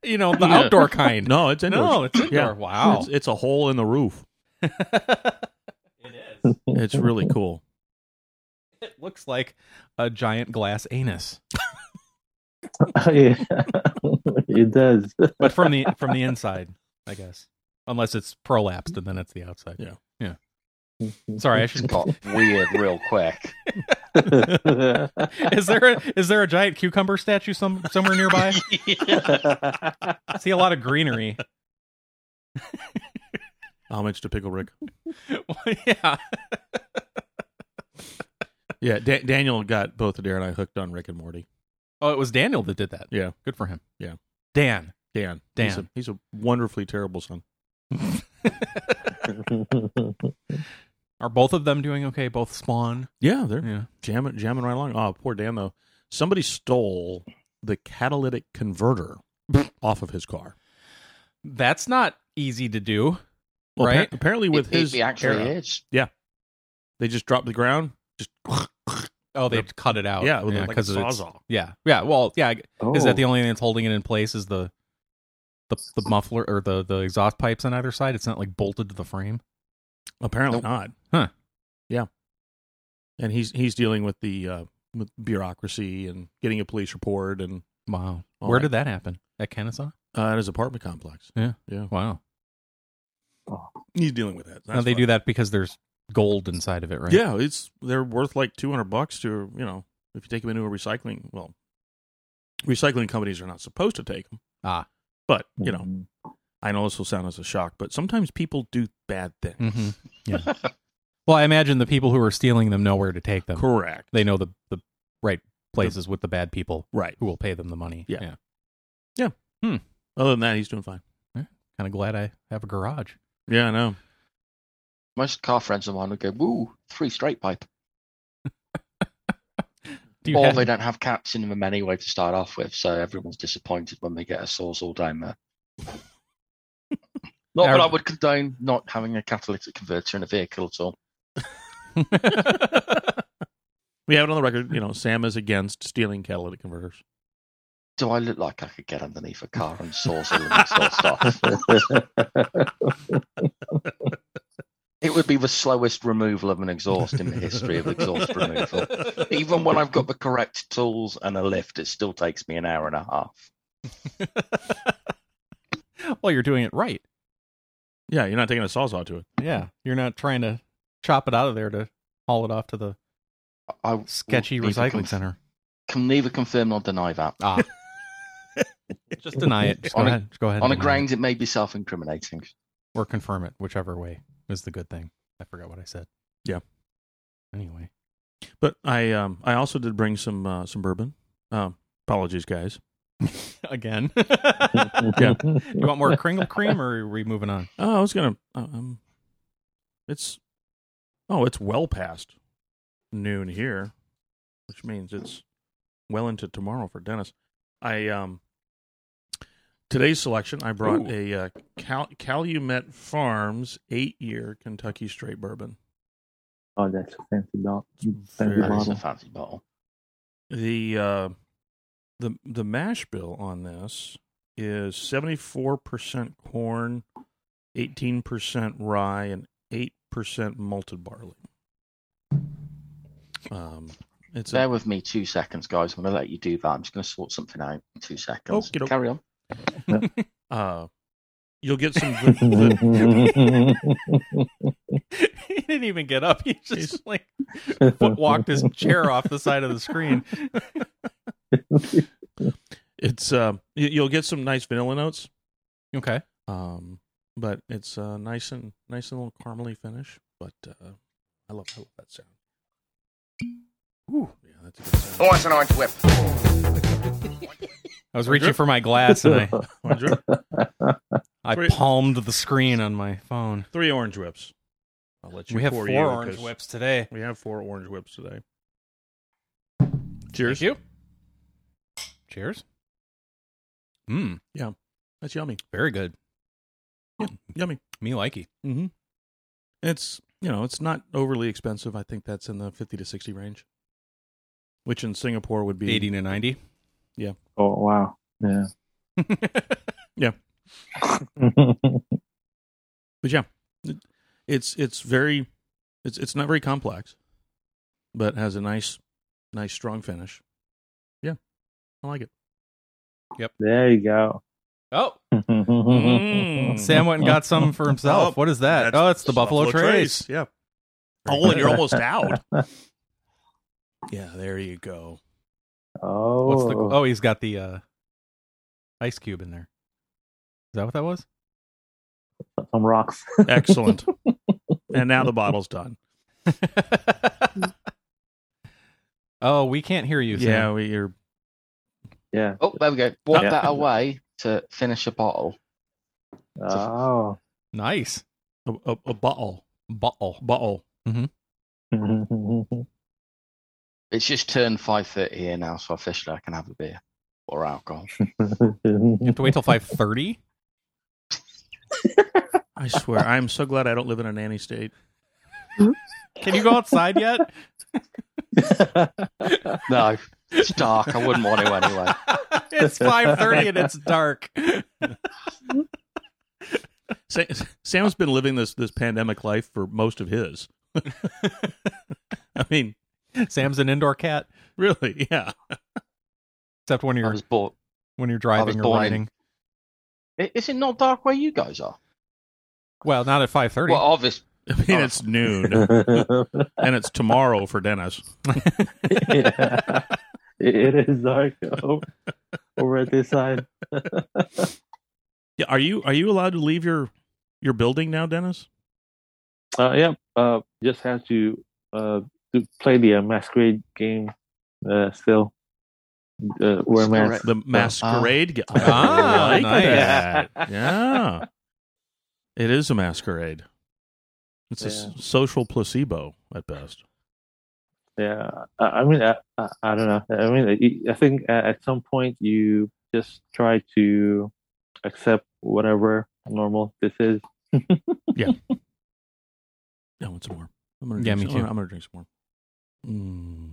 you know, the outdoor kind. No, it's indoors. No, it's indoor. Yeah. Wow. It's, it's a hole in the roof. it is. It's really cool. It looks like a giant glass anus, Oh, yeah. it does. but from the from the inside, I guess. Unless it's prolapsed and then it's the outside. Yeah. Yeah. Sorry, I It should. got weird real quick. Is there a, is there a giant cucumber statue some somewhere nearby? I see a lot of greenery. Homage to Pickle Rick. Well, yeah. Yeah, da- Daniel got both Adair and I hooked on Rick and Morty. Oh, it was Daniel that did that. Yeah. Good for him. Yeah. Dan. Dan, Dan. he's a, he's a wonderfully terrible son. Are both of them doing okay? Both spawn. Yeah, they're Yeah. jamming jamming right along. Oh, poor Dan though. Somebody stole the catalytic converter off of his car. That's not easy to do. Well, Right. appar- apparently with it, his it actually era, is. they just dropped the ground. Just Oh, they Yep. cut it out. yeah, with like a 'cause it's- sawzall. Yeah. Yeah. Well, yeah. Oh. Is that the only thing that's holding it in place? Is the the, the muffler or the, the exhaust pipes on either side? It's not like bolted to the frame. Apparently not. Huh. Yeah. And he's he's dealing with the uh, with bureaucracy and getting a police report and Wow. Oh, Where I- did that happen? At Kennesaw? uh, at his apartment complex. Yeah. Yeah. Wow. He's dealing with that. Now they do that because there's gold inside of it, right? Yeah, it's they're worth like two hundred bucks to you know if you take them into a recycling. Well, recycling companies are not supposed to take them. Ah. but you know, I know this will sound as a shock, but sometimes people do bad things. hmm Yeah. well, I imagine the people who are stealing them know where to take them. Correct. They know the the right places with the bad people Right. who will pay them the money. Yeah. yeah. Other than that, he's doing fine. Kind of glad I have a garage. Yeah, I know. Most car friends of mine would go, "Woo, three straight pipe." Do Or have- they don't have cats in them anyway to start off with, so everyone's disappointed when they get a sawzall down there. Not that I would condone not having a catalytic converter in a vehicle at all. We have it on the record. You know, Sam is against stealing catalytic converters. Do I look like I could get underneath a car and sawzall and install stuff? It would be the slowest removal of an exhaust in the history of exhaust removal. Even when I've got the correct tools and a lift, it still takes me an hour and a half. well, you're doing it right. Yeah, you're not taking a sawzall to it. Yeah, you're not trying to chop it out of there to haul it off to the I will sketchy neither recycling conf- center. Can neither confirm nor deny that. Ah, just deny it. Just go On a- ahead. Just go ahead. On and a deny ground, it may be self-incriminating. it. or confirm it, whichever way is the good thing. I forgot what I said. Yeah. Anyway, But I um I also did bring some uh, some bourbon. Um, apologies, guys. again. Oh. Yeah. You want more Kringle cream, or are we moving on? Oh, I was gonna. Um, it's oh, it's well past noon here, which means it's well into tomorrow for Dennis. I um today's selection. I brought a uh, Cal- Calumet Farms eight year Kentucky straight bourbon. Oh, that's a fancy dog. Fancy Very That is a bottle. fancy bottle. The uh, the the mash bill on this is seventy four percent corn, eighteen percent rye, and eight percent malted barley. Um, it's Bear a, with me two seconds, guys. I'm going to let you do that. I'm just going to sort something out in two seconds. Okey-doke. Carry on. uh, you'll get some. good- the- he didn't even get up. He just like foot walked his chair off the side of the screen. it's uh, you- you'll get some nice vanilla notes. Okay. Um, but it's uh, nice and nice and little caramely finish. But uh, I love I love that sound. Ooh, yeah, that's a good sound. Who wants an orange whip? I was reaching for my glass and I, Orange whip. I Three- palmed the screen on my phone. Three orange whips. I'll let you We have pour four you, orange 'cause whips today. We have four orange whips today. Cheers. Thank you. Cheers. Mmm, That's yummy. very good. Yummy. Me likey. Mm-hmm. It's you know it's not overly expensive. I think that's in the fifty to sixty range, which in Singapore would be Eighty to ninety. Oh wow. Yeah. Yeah. But yeah, it- it's it's very it's it's not very complex, but has a nice nice strong finish. Yeah, I like it. there you go. oh, Mm, Sam went and got some for himself. Oh, what is that? Oh, it's the Buffalo, Trace. Yeah. Oh, and you're almost out. yeah, there you go. Oh. What's the? Oh, he's got the uh, ice cube in there. Is that what that was? oh. some rocks. Excellent. and now the bottle's done. oh, we can't hear you. Yeah, Sam. we, you're yeah. Oh, there we go. Walk Yeah. that away to finish a bottle. Oh. nice a, a, a bottle, bottle. bottle. Mm-hmm. Oh. It's just turned five thirty here now, so officially I can have a beer or alcohol. You have to wait till five thirty. I swear, I'm so glad I don't live in a nanny state. Can you go outside yet? No, it's dark. I wouldn't want to anyway. it's five thirty and it's dark. Sa- Sam's been living this this pandemic life for most of his. I mean, Sam's an indoor cat, really, yeah. except when I you're was bored. when you're I was driving or born in- riding. I- Is it not dark where you guys are? Well, not at five thirty. Well, obvious. I mean, it's noon and it's tomorrow for Dennis. yeah. It, it is dark over, over at this side. Yeah, are you are you allowed to leave your your building now, Dennis? Uh, yeah. Uh, just have to uh to play the uh, masquerade game. Uh, still. Uh, wear a Still mask. The masquerade. ga- Ah, I like nice. that. Yeah, it is a masquerade. It's a s- Yeah. social placebo at best. Yeah, I, I mean, I, I, I don't know. I mean, I- I think at, at some point you just try to accept whatever normal this is. Yeah, I want some more. I'm gonna Yeah, drink me some- too. I'm gonna drink some more. Mm.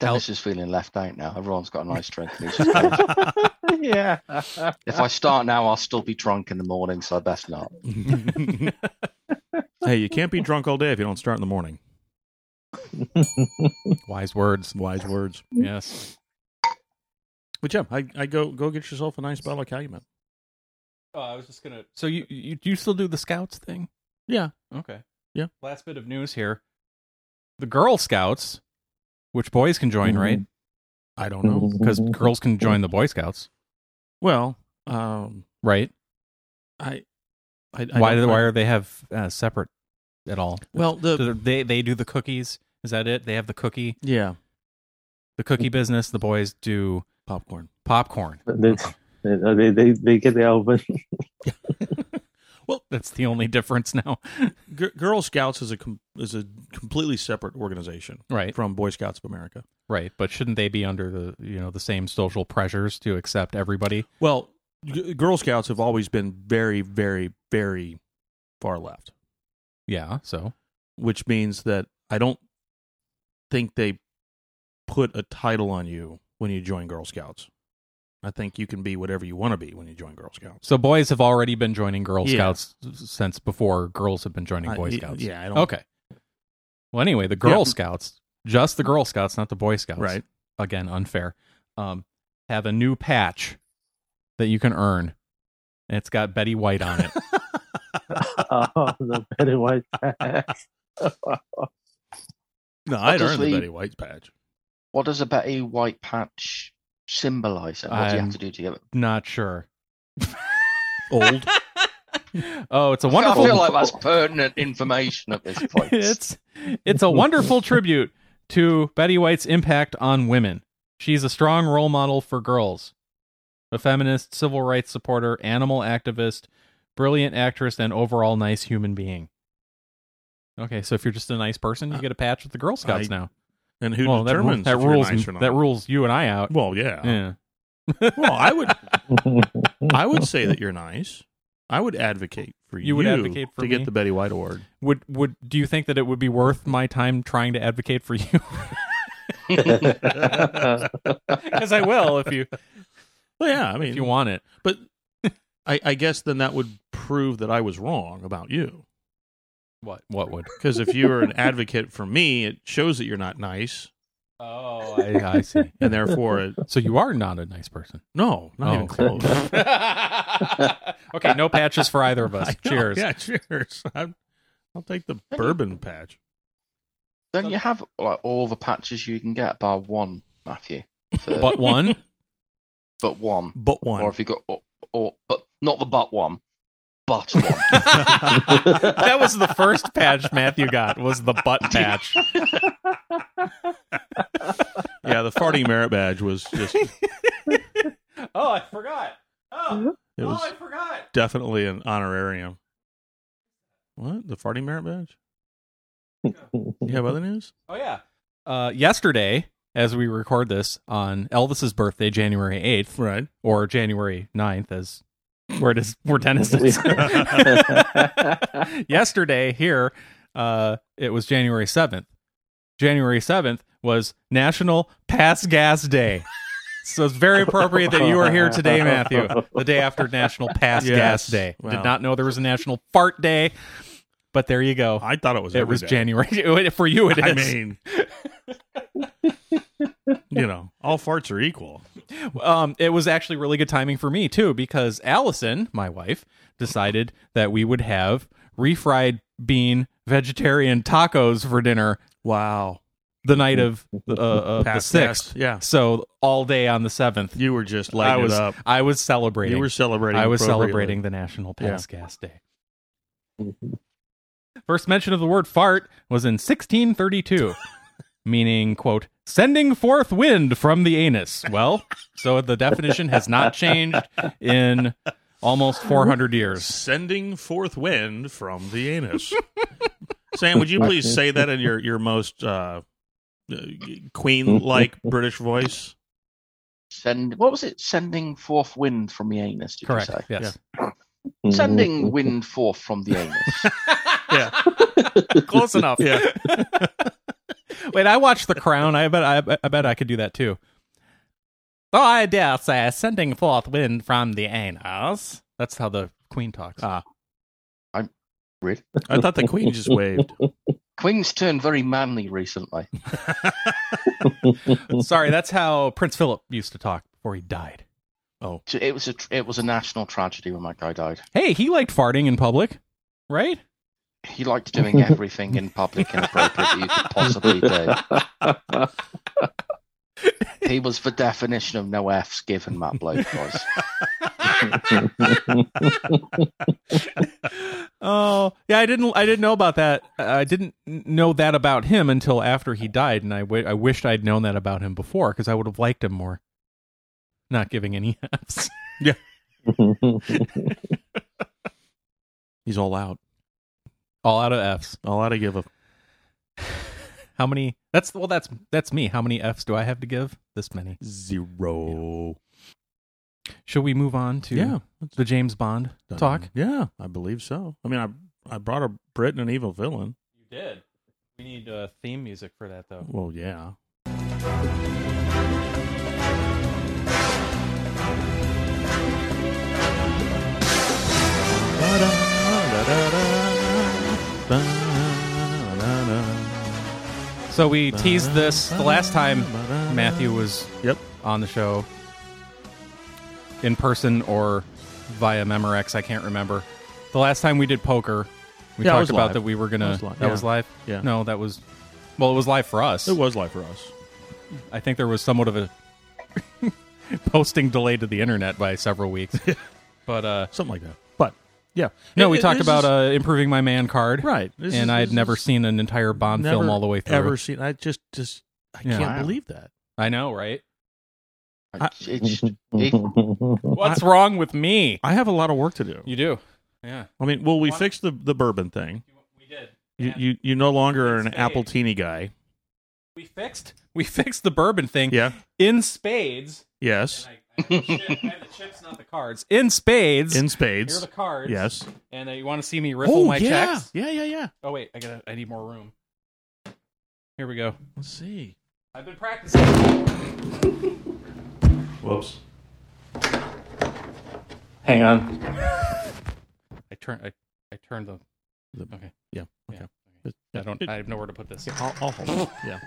Dennis is feeling left out now. Everyone's got a nice drink. and he's just going, yeah. if I start now, I'll still be drunk in the morning, so I best not. hey, you can't be drunk all day if you don't start in the morning. Wise words. Wise words. Yes. But yeah, I, I go go get yourself a nice bottle of Calumet. Oh, I was just gonna. So you you, you still do the scouts thing? Yeah. Okay. Yeah. Last bit of news here. The Girl Scouts, which boys can join, right? I don't know. Because girls can join the Boy Scouts, Well, um, right? I, I, I Why don't- Uh, do why I- are they have uh, separate at all? Well, the So they they do the cookies. Is that it? They have the cookie yeah, the cookie business. The boys do Mm. popcorn. popcorn. They, they, they, they get the album. That's the only difference now, G- Girl Scouts is a com- is a completely separate organization right? from Boy Scouts of America. Right. But shouldn't they be under the you know the same social pressures to accept everybody? Well, G- Girl Scouts have always been very, very, very far left. Yeah. So which means that I don't think they put a title on you when you join Girl Scouts. I think you can be whatever you want to be when you join Girl Scouts. so boys have already been joining Girl Yeah. Scouts since before girls have been joining I- Boy y- Scouts. Yeah, I don't. Okay. Well, anyway, the Girl Yeah. Scouts, just the Girl Scouts, not the Boy Scouts. Right. Again, unfair. Um, have a new patch that you can earn. And it's got Betty White on it. oh, the Betty White Pass. No, I'd earn the Obviously- Betty White patch. What does a Betty White patch symbolize? And what do you I'm- have to do to get it? Not sure. Old. Oh, it's a I wonderful. feel like that's pertinent information at this point. it's it's a wonderful tribute to Betty White's impact on women. She's a strong role model for girls. a feminist, civil rights supporter, animal activist, brilliant actress, and overall nice human being. Okay, so if you're just a nice person, you get a patch with the Girl Scouts I- now. And who Well, that, ru- determines that if you're rules nice or not? that rules you and I out. Well, yeah. Yeah. Well, I would I would say that you're nice. I would advocate for you. You would advocate for to me? get the Betty White Award. Would would do you think that it would be worth my time trying to advocate for you? Because I will if you Well, yeah. I mean, if you want it. but I, I guess then that would prove that I was wrong about you. What what would? Because if you were an advocate for me, it shows that you're not nice, Oh, I, I see. and therefore, it, So you are not a nice person. no, not Oh, even okay. close. okay, no patches for either of us. I know. Cheers. Yeah, cheers. I'm, I'll take the bourbon patch. Don't you have like all the patches you can get, bar one, Matthew? For- But one. but one, But one. or if you got, or, or but not the but one, but one. that was the first patch Matthew got was the butt patch. yeah, the farting merit badge was just it Oh, I forgot. Oh, was forgot. definitely an honorarium. What the farting merit badge? You have other news? Oh yeah. Uh, yesterday, as we record this on Elvis's birthday, January eighth Right. or January 9th, as where it is where Dennis is. yesterday here uh it was january 7th january 7th was national pass gas day so it's very appropriate that you are here today matthew the day after national pass Yes. gas day Wow. did not know there was a national fart day but there you go I thought it was. it every was day. january for you it is I mean, you know, all farts are equal. um, it was actually really good timing for me too because Allison, my wife, decided that we would have refried bean vegetarian tacos for dinner. Wow! The night of, uh, of the Past sixth, best. Yeah. So all day on the seventh, You were just I lighting was it up. I was celebrating. You were celebrating. I was appropriately. celebrating the National Yeah. Pass Gas Day. First mention of the word fart was in 1632, meaning, quote, sending forth wind from the anus. Well, so the definition has not changed in almost 400 years. Sending forth wind from the anus. Sam, would you please say that in your your most uh, queen like British voice? Send what was it? Sending forth wind from the anus. Did Correct. You say? Yes. Mm-hmm. Sending wind forth from the anus. Yeah. Close enough. Yeah. Wait, I watched The Crown. I bet I, I bet I could do that too. Oh, I dare say, sending forth wind from the anus. That's how the queen talks. Ah, Really? I thought the queen just waved. Queen's turned very manly recently. Sorry, that's how Prince Philip used to talk before he died. So it was a tr- it was a national tragedy when that guy died. Hey, he liked farting in public, right? He liked doing everything in public inappropriate that you could possibly do. He was the definition of no F's given, that bloke was. Oh, yeah, I didn't I didn't know about that. I didn't know that about him until after he died and I wi- I wished I'd known that about him before cuz I would have liked him more. Not giving any Fs. He's all out. All out of Fs. All out to give a How many? That's well that's that's me. How many Fs do I have to give? This many. zero. Shall we move on to Yeah. the James Bond talk? Yeah, I believe so. I mean, I I brought a Brit and an evil villain. You did. We need uh, theme music for that though. Well, yeah. So we teased this the last time Matthew was Yep. on the show in person or via Memorex. I can't remember. The last time we did poker, we Yeah, it talked was about live. that we were gonna. That was live, That yeah. was live. Yeah. No, that was. Well, it was live for us. It was life for us. I think there was somewhat of a posting delay to the internet by several weeks. but uh Something like that. But yeah. no, It- we it- talked this about is- uh improving my man card. Right. This and is- I had this is never seen an entire Bond film never all the way through. Ever seen I just just I Yeah. can't Wow. believe that. I know, right? I- it's, it- What's wrong with me? I have a lot of work to do. You do. Yeah. I mean, well, we fixed the, the bourbon thing. We did. You, Yeah. you you no longer are an Spade. apple teeny guy. We fixed we fixed the bourbon thing Yeah. in spades. Yes. I, I, have the chip- I have the chips, not the cards. In spades. In Here are the spades. cards. Yes. Oh, And uh, you want to see me riffle my yeah. checks? Yeah, yeah, yeah. Oh wait, I got I need more room. Here we go. Let's see. I've been practicing. Whoops. Hang on. I turn I I turned the Okay. Yeah. Okay. I don't I have nowhere to put this. I'll, I'll hold it. Yeah.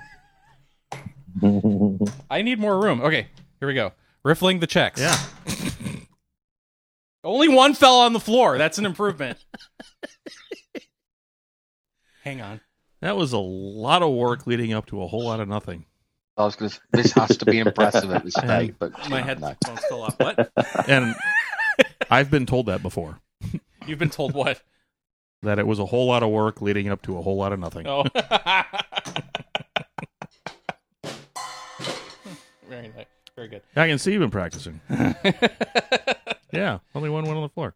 I need more room. Okay, here we go. Riffling the checks. Yeah. Only one fell on the floor. That's an improvement. Hang on. That was a lot of work leading up to a whole lot of nothing. I was going to. This has to be impressive at this stage, but My no. headphones fell off. What? And I've been told that before You've been told what? that it was a whole lot of work leading up to a whole lot of nothing. No. very nice. Very good. I can see you've been practicing. yeah. Only one went on the floor.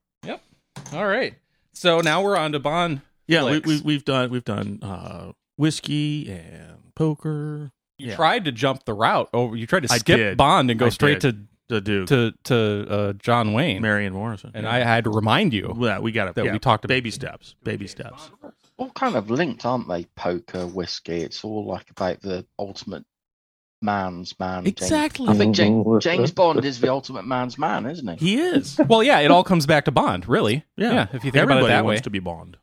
All right. So now we're on to Bond. Yeah, we, Flicks. we, we've done we've done uh, whiskey and poker. You Yeah. tried to jump the route. Oh, you tried to I skip did. Bond and go I straight The Duke, to to to uh, John Wayne. Marion Morrison, And I had to remind you. yeah, we got it. That yeah. we talked about. baby steps, baby steps. all kind of linked, aren't they? Poker, whiskey. It's all like about the ultimate man's man. James- I think James, James Bond is the ultimate man's man, isn't he? He is. Well, yeah, it all comes back to Bond, really. Yeah. if you think Everybody about it that way. wants to be Bond.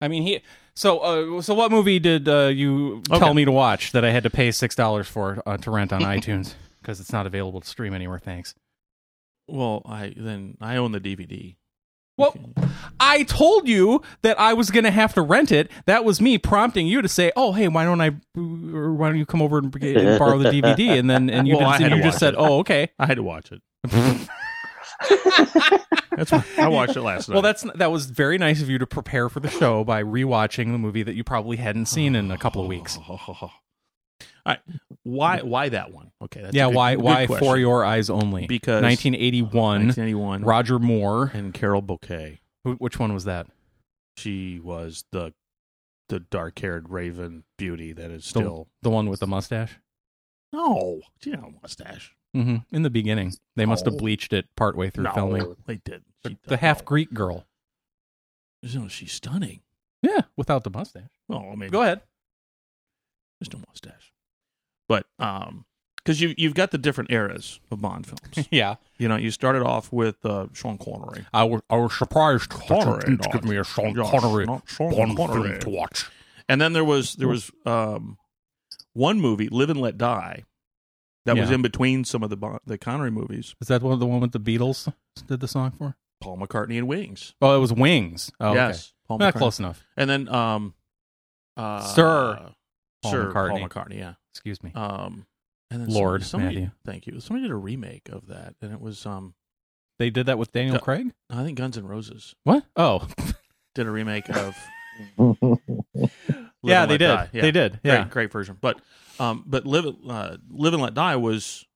I mean, he. So, uh, so what movie did uh, you Okay. tell me to watch that I had to pay six dollars for uh, to rent on iTunes because it's not available to stream anywhere? Thanks. Well, I then I own the DVD. Well, I told you that I was going to have to rent it. That was me prompting you to say, "Oh, hey, why don't I? Or why don't you come over and, b- and borrow the DVD?" And then and you, Well, I didn't, had and you to just said, watch it. "Oh, okay." I had to watch it. That's why I watched it last night. Well, that's n- that was very nice of you to prepare for the show by rewatching the movie that you probably hadn't seen in a couple of weeks. All right. Why why that one? Okay. That's yeah, a good- why good why question. for your eyes only? Because 1981, 1981 Roger Moore. and Carol Bouquet. Wh- Which one was that? She was the the dark haired raven beauty that is The- still the, one with the mustache. no. She didn't have a mustache. hmm In the beginning, they must have No. bleached it partway through no, filming. they did. The, half Greek girl. No, she's stunning. Yeah, without the mustache. Well, I mean, Go ahead. there's no mustache. But um, because you you've got the different eras of Bond films. Yeah, you know, you started off with uh, Sean Connery. I was I was surprised Connery, that not- you give me a Sean Yes, Connery not Sean Bond Connery. film to watch. And then there was there was um, one movie, Live and Let Die, that was Yeah. in between some of the Bon- the Connery movies. Is that one the one with the Beatles did the song for? Paul McCartney and Wings. Oh, it was Wings. Oh, okay. yes, Paul Not McCartney. close enough. And then um, uh, Sir Paul Sir McCartney. Paul McCartney. Yeah. Excuse me. Um, and then Lord somebody, Matthew. Thank you. Somebody did a remake of that, and it was um, they did that with Daniel uh, Craig. I think Guns N' Roses What? Oh, did a remake of. Live yeah, and they did. Let Die. They did. Yeah. Great, great version. But um, but live uh, live and let die was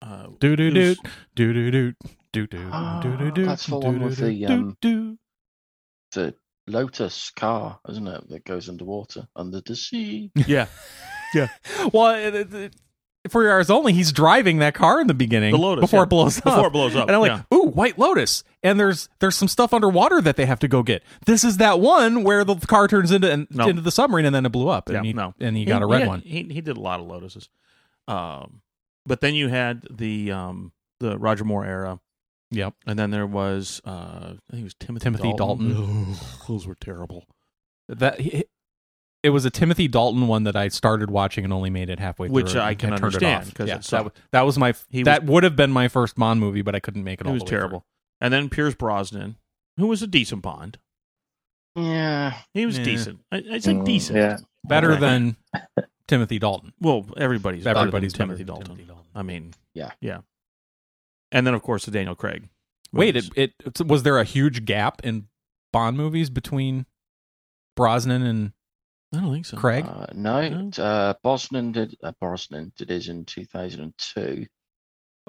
uh, Do do do Who's- do do do do do Ah, do do do. that's the one with the, um, do. The Lotus car, isn't it, that goes underwater, under the sea. yeah Well, it, it, it, for your hours only, he's driving that car in the beginning. The Lotus, before yeah. it blows up. before it blows up. and I'm like, ooh, White Lotus, and there's there's some stuff underwater that they have to go get. This is that one where the car turns into an, No. into the submarine, and then it blew up, and Yeah, he no. and he got a red had- one. He he did a lot of lotuses. Um, but then you had the um the Roger Moore era, Yep, and then there was uh I think it was Timothy Timothy Those were terrible. that he, it was a Timothy Dalton one that I started watching and only made it halfway through, Which and- I can and turned it understand, off. 'cause yeah, it that, sucked. wa- that was my f- He that would have been my first Bond movie, but I couldn't make it. It all was the way through. terrible. And then Pierce Brosnan, who was a decent Bond. Yeah, He was Yeah. decent. I, I said Mm, decent. Yeah. Better Okay. than Timothy Dalton. Well, everybody's better than Everybody's better Timothy than Dalton. Timothy Dalton. I mean, Yeah. yeah. And then of course the Daniel Craig. Wait, movies. it, it it's- was there a huge gap in Bond movies between Brosnan and I don't think so. Craig? Uh, no, No? t- uh, Brosnan did uh, Brosnan did his in 2002,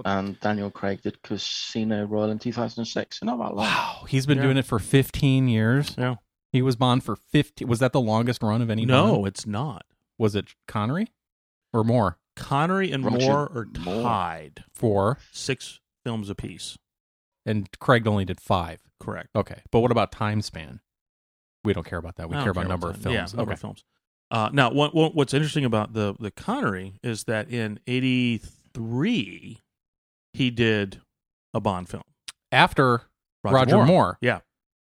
and Daniel Craig did Casino Royale in 2006. And I'm like, Wow, he's been Yeah. doing it for 15 years. Yeah. He was Bond for 15. Was that the longest run of any? No, Bond? it's not. was it Connery or more Connery and Roger Moore are Moore. tied. four? Six films apiece. And Craig only did five. Correct. Okay, but what about time span? We don't care about that. Oh, We I don't care about number what of time- films. Yeah, number okay, of films. Uh, now, what, what, what's interesting about the the Connery is that in '83 he did a Bond film, after Roger, Moore. Yeah,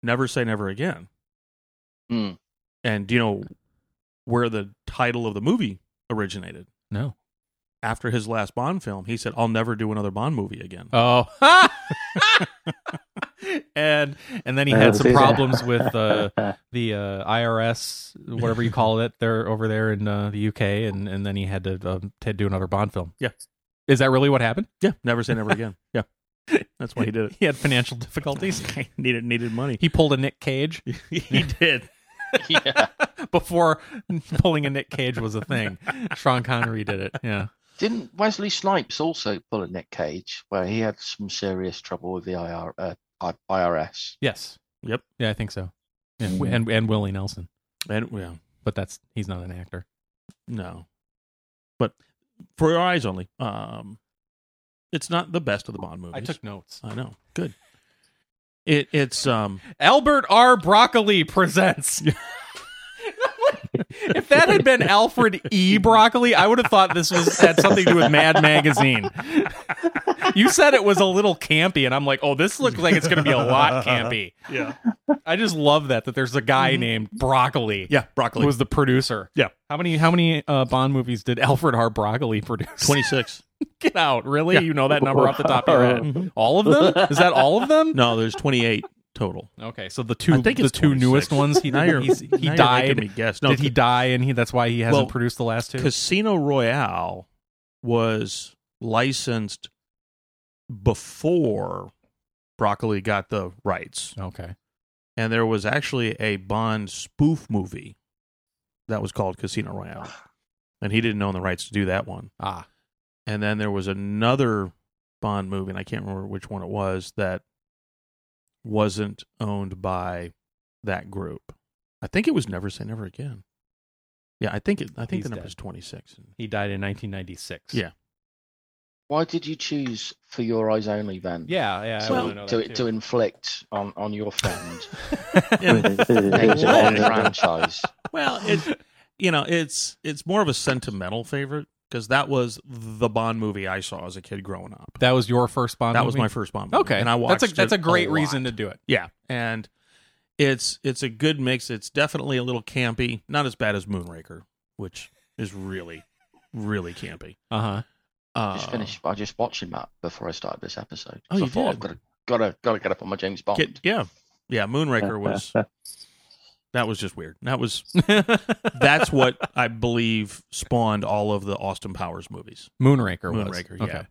Never Say Never Again. Hmm. And do you know where the title of the movie originated? No. After his last Bond film, he said, "I'll never do another Bond movie again." Oh. and and then he I had was some gonna say that. problems with uh, the uh, IRS, whatever you call it, there over there in uh, the UK, and and then he had to um, t- do another Bond film. Yeah. Is that really what happened? Yeah, Never Say Never Again. Yeah, that's why he did it. He had financial difficulties. needed needed money. He pulled a Nick Cage he did. yeah. before pulling a Nick Cage was a thing. Sean Connery did it. Yeah. Didn't Wesley Snipes also pull a Nick Cage where he had some serious trouble with the IR, uh, I- IRS? Yes. Yep. Yeah, I think so. Yeah. Mhm. And and Willie Nelson, And yeah, but that's he's not an actor. no. But for your eyes only, um, it's not the best of the Bond movies. notes. I know. Good. It it's um Albert R. Broccoli presents. if that had been Alfred E. Broccoli, I would have thought this was had something to do with Mad Magazine. you said it was a little campy, and I'm like, oh, this looks like it's going to be a lot campy. yeah Mm-hmm. I just love that that there's a guy named Broccoli. yeah broccoli Who was the producer? Yeah. How many how many uh, Bond movies did Alfred R. Broccoli produce? twenty six. Get out, really? Yeah. You know that number off the top of your head? All of them? Is that all of them? No, there's twenty eight total. Okay, so the two I think the it's two 26. newest ones he Now you're, he's, now he you're died. making me guess. No, Did he die? And he that's why he hasn't Well, produced the last two. Casino Royale was licensed before broccoli got the rights. Okay, and there was actually a Bond spoof movie that was called Casino Royale, and he didn't own the rights to do that one. ah, And then there was another Bond movie, and I can't remember which one it was that wasn't owned by that group. I think it was Never Say Never Again. Yeah, I think it. I think He's the number dead. is twenty six. he died in 1996. Yeah. Why did you choose For Your Eyes Only then? yeah, yeah. I To, wanna know to, that to inflict on, on your friend Yeah. names of our franchise. Well, it, you know, it's it's more of a sentimental favorite because that was the Bond movie I saw as a kid growing up. that was your first Bond. that movie? was my first Bond movie. Okay, and I watched. That's a that's a it great lot. reason to do it. Yeah, and it's it's a good mix. It's definitely a little campy, not as bad as Moonraker, which is really really campy. Uh huh. Uh, Ah. just finished by just watching that before I started this episode. Oh, 'Cause you I thought did? I've got to, got to, got to get up on my James Bond. Get, yeah, yeah. Moonraker was that was just weird. That was that's what I believe spawned all of the Austin Powers movies. Moonraker. was. Moonraker, yeah. Okay.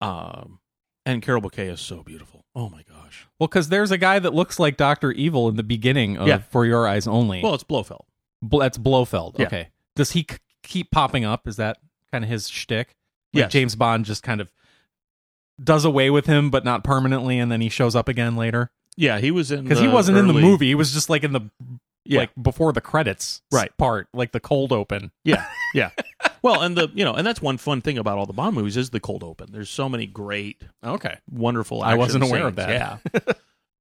Um, and Carol Bouquet is so beautiful. Oh my gosh. Well, because there's a guy that looks like Doctor Evil in the beginning of Yeah. For Your Eyes Only. Well, it's Blofeld. Bl- that's Blofeld. Yeah. Okay. Does he c- keep popping up? Is that kind of his shtick? Like Yes. James Bond just kind of does away with him, but not permanently, and then he shows up again later. Yeah, he was in Because he wasn't in the early- movie; he was just like in the Yeah. like before the credits Right. part, like the cold open. Well, and the you know, and that's one fun thing about all the Bond movies is the cold open. There's so many great, Okay, wonderful. I wasn't action aware of scenes. that. Yeah.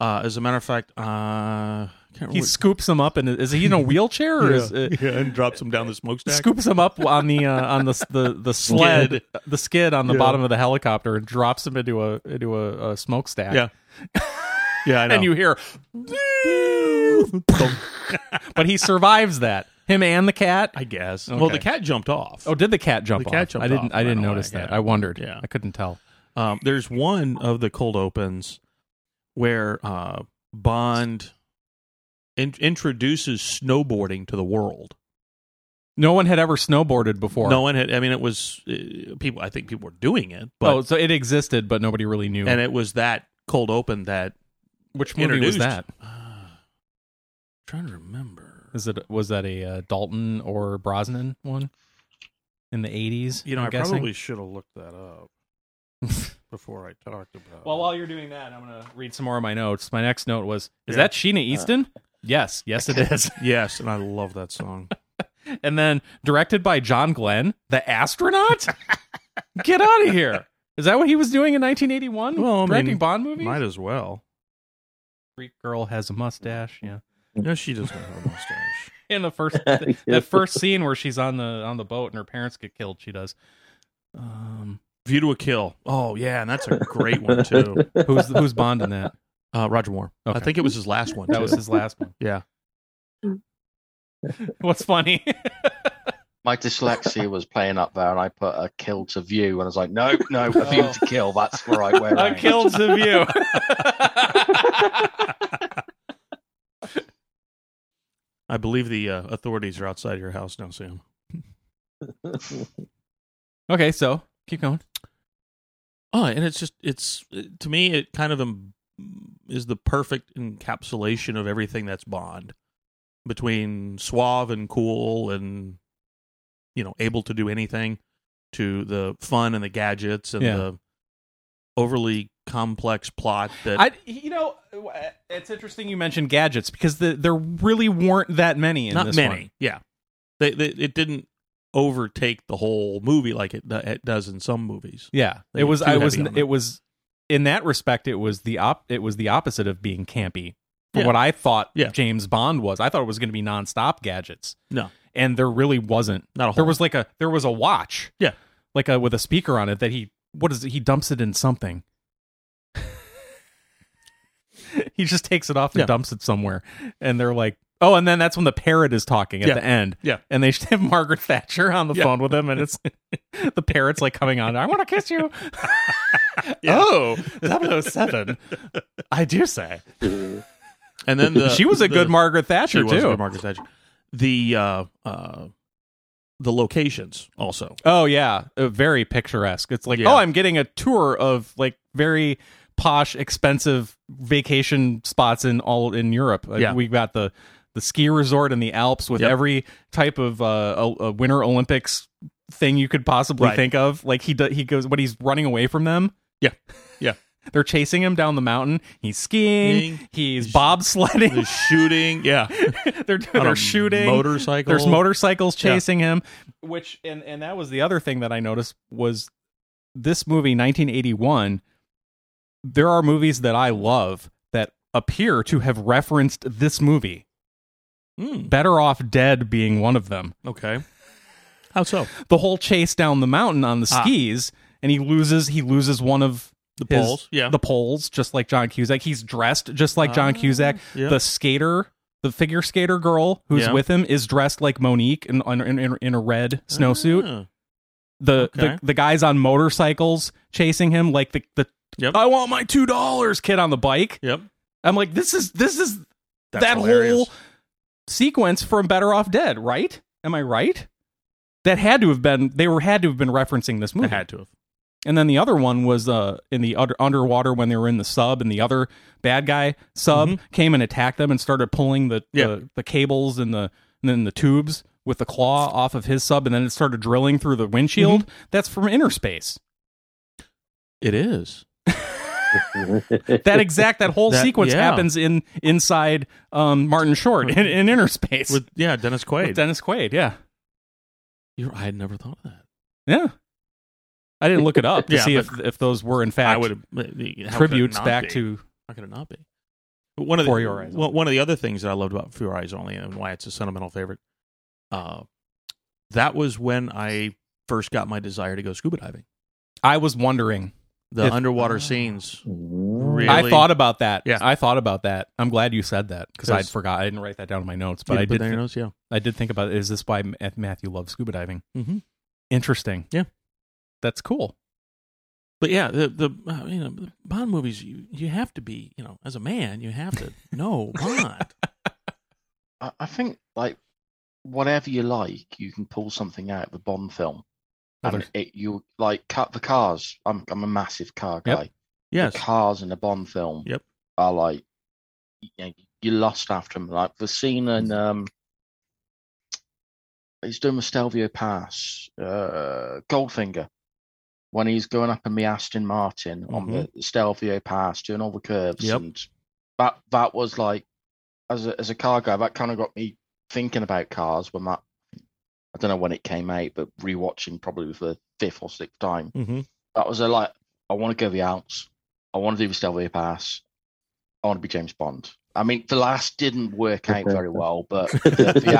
uh, as a matter of fact, uh, I can't he remember. scoops him up, and is he in a wheelchair? Or is, uh, yeah, and drops him down the smokestack. Scoops him up on the uh, on the s- the the sled, the skid on the Yeah. bottom of the helicopter, and drops him into a into a, a smokestack. Yeah, yeah, I know. and you hear but he survives that him and the cat I guess. Well, Okay. the cat jumped off. oh did the cat jump The cat off? jumped i didn't off, i didn't ran away, notice that yeah. i wondered Yeah. i couldn't tell Um, there's one of the cold opens where uh, Bond in- introduces snowboarding to the world. no one had ever snowboarded before No one had. I mean, it was uh, people. I think people were doing it, oh but so it existed but nobody really knew and it was that cold open that which movie was introduced- that Uh, trying to remember. Is it was that a uh, Dalton or Brosnan one in the eighties? You know, i I'm guessing? probably should have looked that up before I talked about. Well, it. while you're doing that, I'm gonna read some more of my notes. My next note was: Is that Sheena Uh, Easton? yes, yes, it is. yes, and I love that song. and then directed by John Glenn, the astronaut. Get out of here! Is that what he was doing in 1981? Well, I mean, directing Bond movies. Might as well. Greek girl has a mustache. Yeah. No, she doesn't have a mustache. In the first, Yeah. the first scene where she's on the on the boat and her parents get killed, she does. Um, View to a Kill. Oh yeah, and that's a great one too. who's who's Bond in that? Uh, Roger Moore. I Okay. think it was his last one. That too. was his last one. Yeah. What's funny? My dyslexia was playing up there, and I put a kill to view, and I was like, no, no, a Oh. view to kill. That's the right way. I around. killed the view. I believe the uh, authorities are outside your house now, Sam. okay, so keep going. Oh, and it's just it's to me it kind of em- is the perfect encapsulation of everything that's Bond between suave and cool and you know able to do anything to the fun and the gadgets and Yeah. the overly complex plot that I, you know, uh, it's interesting you mentioned gadgets because the, there really weren't that many in not this many one. yeah they, they it didn't overtake the whole movie like it it does in some movies Yeah, They it were was. too I was. heavy on It them. was in that respect. It was the op. It was the opposite of being campy. For Yeah. What I thought Yeah. James Bond was, I thought it was going to be nonstop gadgets. No. and there really wasn't. not a whole There was like a there was a watch. Yeah. like a with a speaker on it that he what is it? He dumps it in something. he just takes it off and Yeah. dumps it somewhere, and they're like, oh, and then that's when the parrot is talking at Yeah. the end. Yeah. and they should have Margaret Thatcher on the Yeah. phone with him, and it's the parrot's like coming on. I want to kiss you. Yeah. Oh, 007. I do say and then the, she was a the- good Margaret She Thatcher was too. with Margaret Thatcher. The uh, uh, the locations also. Oh yeah, uh, very picturesque. It's like, Yeah. oh, I'm getting a tour of like very posh, expensive vacation spots in all in Europe. Like, Yeah. we got the the ski resort in the Alps with Yep. every type of uh, a, a Winter Olympics thing you could possibly Right. think of. Like he do, he goes when he's running away from them. Yeah. Yeah. They're chasing him down the mountain. He's skiing. Skiing. He's He's- bobsledding. The shooting, yeah. they're On they're a shooting. motorcycle. There's motorcycles Yeah. chasing him, which and and that was the other thing that I noticed was this movie 1981 there are movies that I love that appear to have referenced this movie. Hmm, Better Off Dead being one of them. okay. How so? The whole chase down the mountain on the Ah. skis and he loses he loses one of The his- poles, yeah. the poles just like John Cusack. He's dressed just like John Ah, Cusack. yeah. The skater the figure skater girl who's Yeah. with him is dressed like Monique in, in, in, in a red snowsuit. Ah, the, Okay. the the guys on motorcycles chasing him like the the Yep. I want my two dollars kid on the bike. yep. I'm like this is this is That's that hilarious. whole sequence from Better Off Dead, right? Am I right? That had to have been they were had to have been referencing this I movie. had to have. And then the other one was uh in the under- underwater when they were in the sub and the other bad guy sub Mhm. came and attacked them and started pulling the Yeah. the, the cables and the and then the tubes with the claw off of his sub and then it started drilling through the windshield. Mm-hmm. That's from inner space. It is. That exact that whole That- sequence yeah. happens in inside um, Martin Short in, in inner space With yeah, Dennis Quaid. With Dennis Quaid. Yeah, You're- I had never thought of that. yeah. I didn't look it up to Yeah, see but if if those were in fact I uh, would have tributes back to How could it not be? But one of the For Your Eyes one, one of the other things that I loved about For Your Eyes Only and why it's a sentimental favorite, uh, that was when I first got my desire to go scuba diving. I was wondering. The If- underwater Ah. scenes, Mm. Really? I thought about that. Yeah. I thought about that. I'm glad you said that because I 'Cause- forgot. I didn't write that down in my notes, but Yeah, I did. there thi- it is, yeah, I did think about it. Is this why M- Matthew loves scuba diving? Mhm. Interesting. Yeah. that's cool. but yeah, the the uh, you know the Bond movies, you you have to be you know as a man, you have to know Bond. I, I think like whatever you like, you can pull something out of the Bond film, and Others. it you like cut the cars. I'm I'm a massive car Yep. guy. Yes, The cars in the Bond film. Yep. Mm. Are like you, know, you lost after them. Like the scene in um He's doing Mustelvio Pass, uh, Goldfinger, when he's going up in the Aston Martin on the Stelvio Pass, doing all the Mm-hmm. curves. Yep. And that that was like, as a, as a car guy, that kind of got me thinking about cars when that, I don't know when it came out, but rewatching probably for the fifth or sixth time Mm-hmm. that was a like I want to go the Alps. I want to do the Stelvio Pass. I want to be James Bond. I mean, the last didn't work out very well, but the, the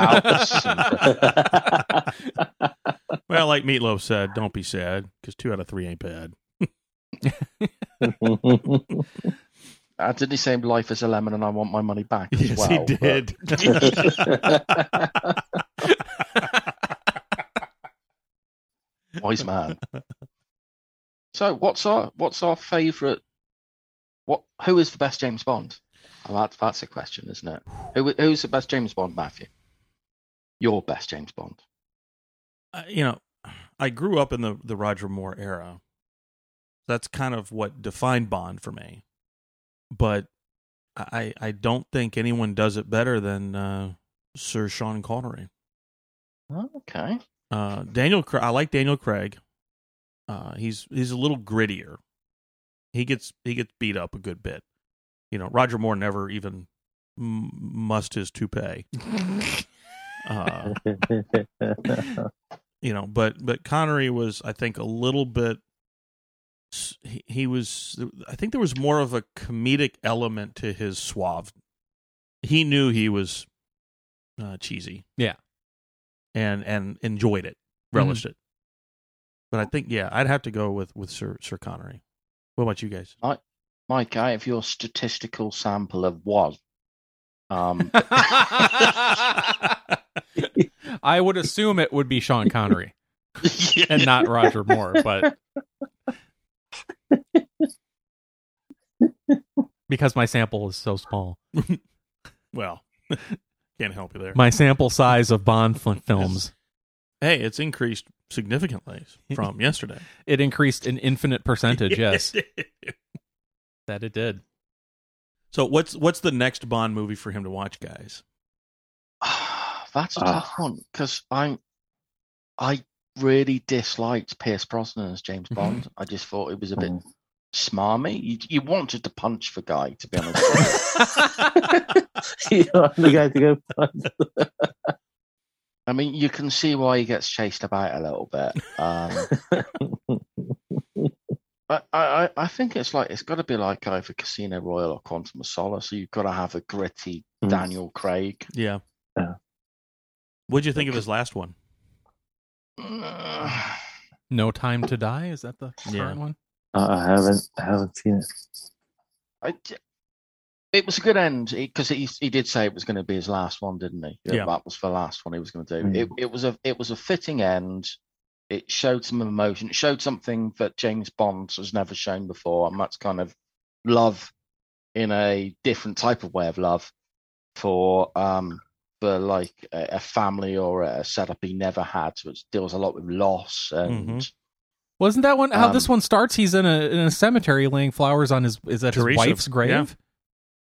Alps. and- Well, like Meatloaf said, don't be sad because two out of three ain't bad. uh, didn't he say life is a lemon and I want my money back as Yes, well? he did. But Wise man. So, what's our what's our favourite? What who is the best James Bond? Well, that, that's a question, isn't it? Who who's the best James Bond, Matthew? Your best James Bond. Uh, you know, I grew up in the the Roger Moore era. That's kind of what defined Bond for me. But I I don't think anyone does it better than uh, Sir Sean Connery. Okay. Uh, Daniel, Cra- I like Daniel Craig. Uh, he's he's a little grittier. He gets he gets beat up a good bit. You know, Roger Moore never even m- mussed his toupee. uh, you know, but but Connery was, I think, a little bit. s- He, he was, I think, there was more of a comedic element to his suave. He knew he was uh, cheesy, Yeah. and and enjoyed it, relished it. But I think, yeah, I'd have to go with with Sir Sir Connery. What about you guys? Mike, I have your statistical sample of was. Um, I would assume it would be Sean Connery and not Roger Moore, but because my sample is so small, Well, can't help you there. my sample size of Bond fl- films hey, it's increased significantly from yesterday. it increased an infinite percentage. Yes, that it did. So what's what's the next Bond movie for him to watch, guys? that's a tough one because I'm, I really disliked Pierce Brosnan as James Bond. I just thought it was a bit Mm. smarmy. You, you wanted to punch the guy, to be honest. with you. you know, the guy to go punch. I mean, you can see why he gets chased about a little bit. Um, but I, I, I think it's like it's got to be like either Casino Royale or Quantum of Solace. So you've got to have a gritty Mm. Daniel Craig. Yeah. Yeah. What'd you think of his last one? Mm. No time to die. Is that the current Yeah. one? Uh, I haven't, I haven't seen it. I d it was a good end because he, he did say it was going to be his last one, didn't he? Yeah. that was the last one he was going to do. Mm. It, it was a it was a fitting end. It showed some emotion. It showed something that James Bond has never shown before, and that's kind of love in a different type of way of love for um for like a, a family or a setup he never had. So it deals a lot with loss and. Mhm. Wasn't that one how this Um, one starts? He's in a in a cemetery laying flowers on his is that his Teresa, wife's grave? yeah.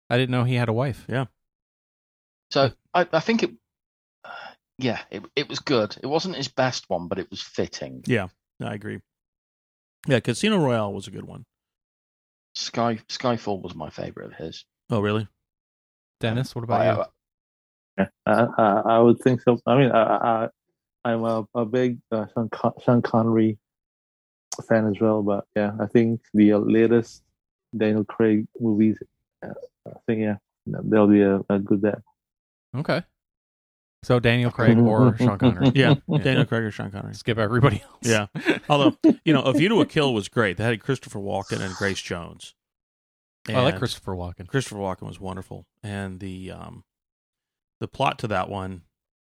I didn't know he had a wife. So I, I think it, yeah, it, it was good. It wasn't his best one, but it was fitting. I agree. Yeah, Casino Royale was a good one. Sky Skyfall was my favorite of his. Oh, really? Dennis, what I- uh, about you? Yeah, I, I, I would think so. I mean, I, I I'm a, a big uh, Sean, Con- Sean Connery fan as well, but yeah, I think the uh, latest Daniel Craig movies, uh, I think yeah, they'll be a, a good bet. Okay. So Daniel Craig or Sean Connery. Yeah. Yeah. Daniel Craig or Sean Connery. Skip everybody else. Yeah. Although, you know, A View to a Kill was great. They had Christopher Walken and Grace Jones. I like And Christopher Walken. Oh, Christopher Walken was wonderful. And the um the plot to that one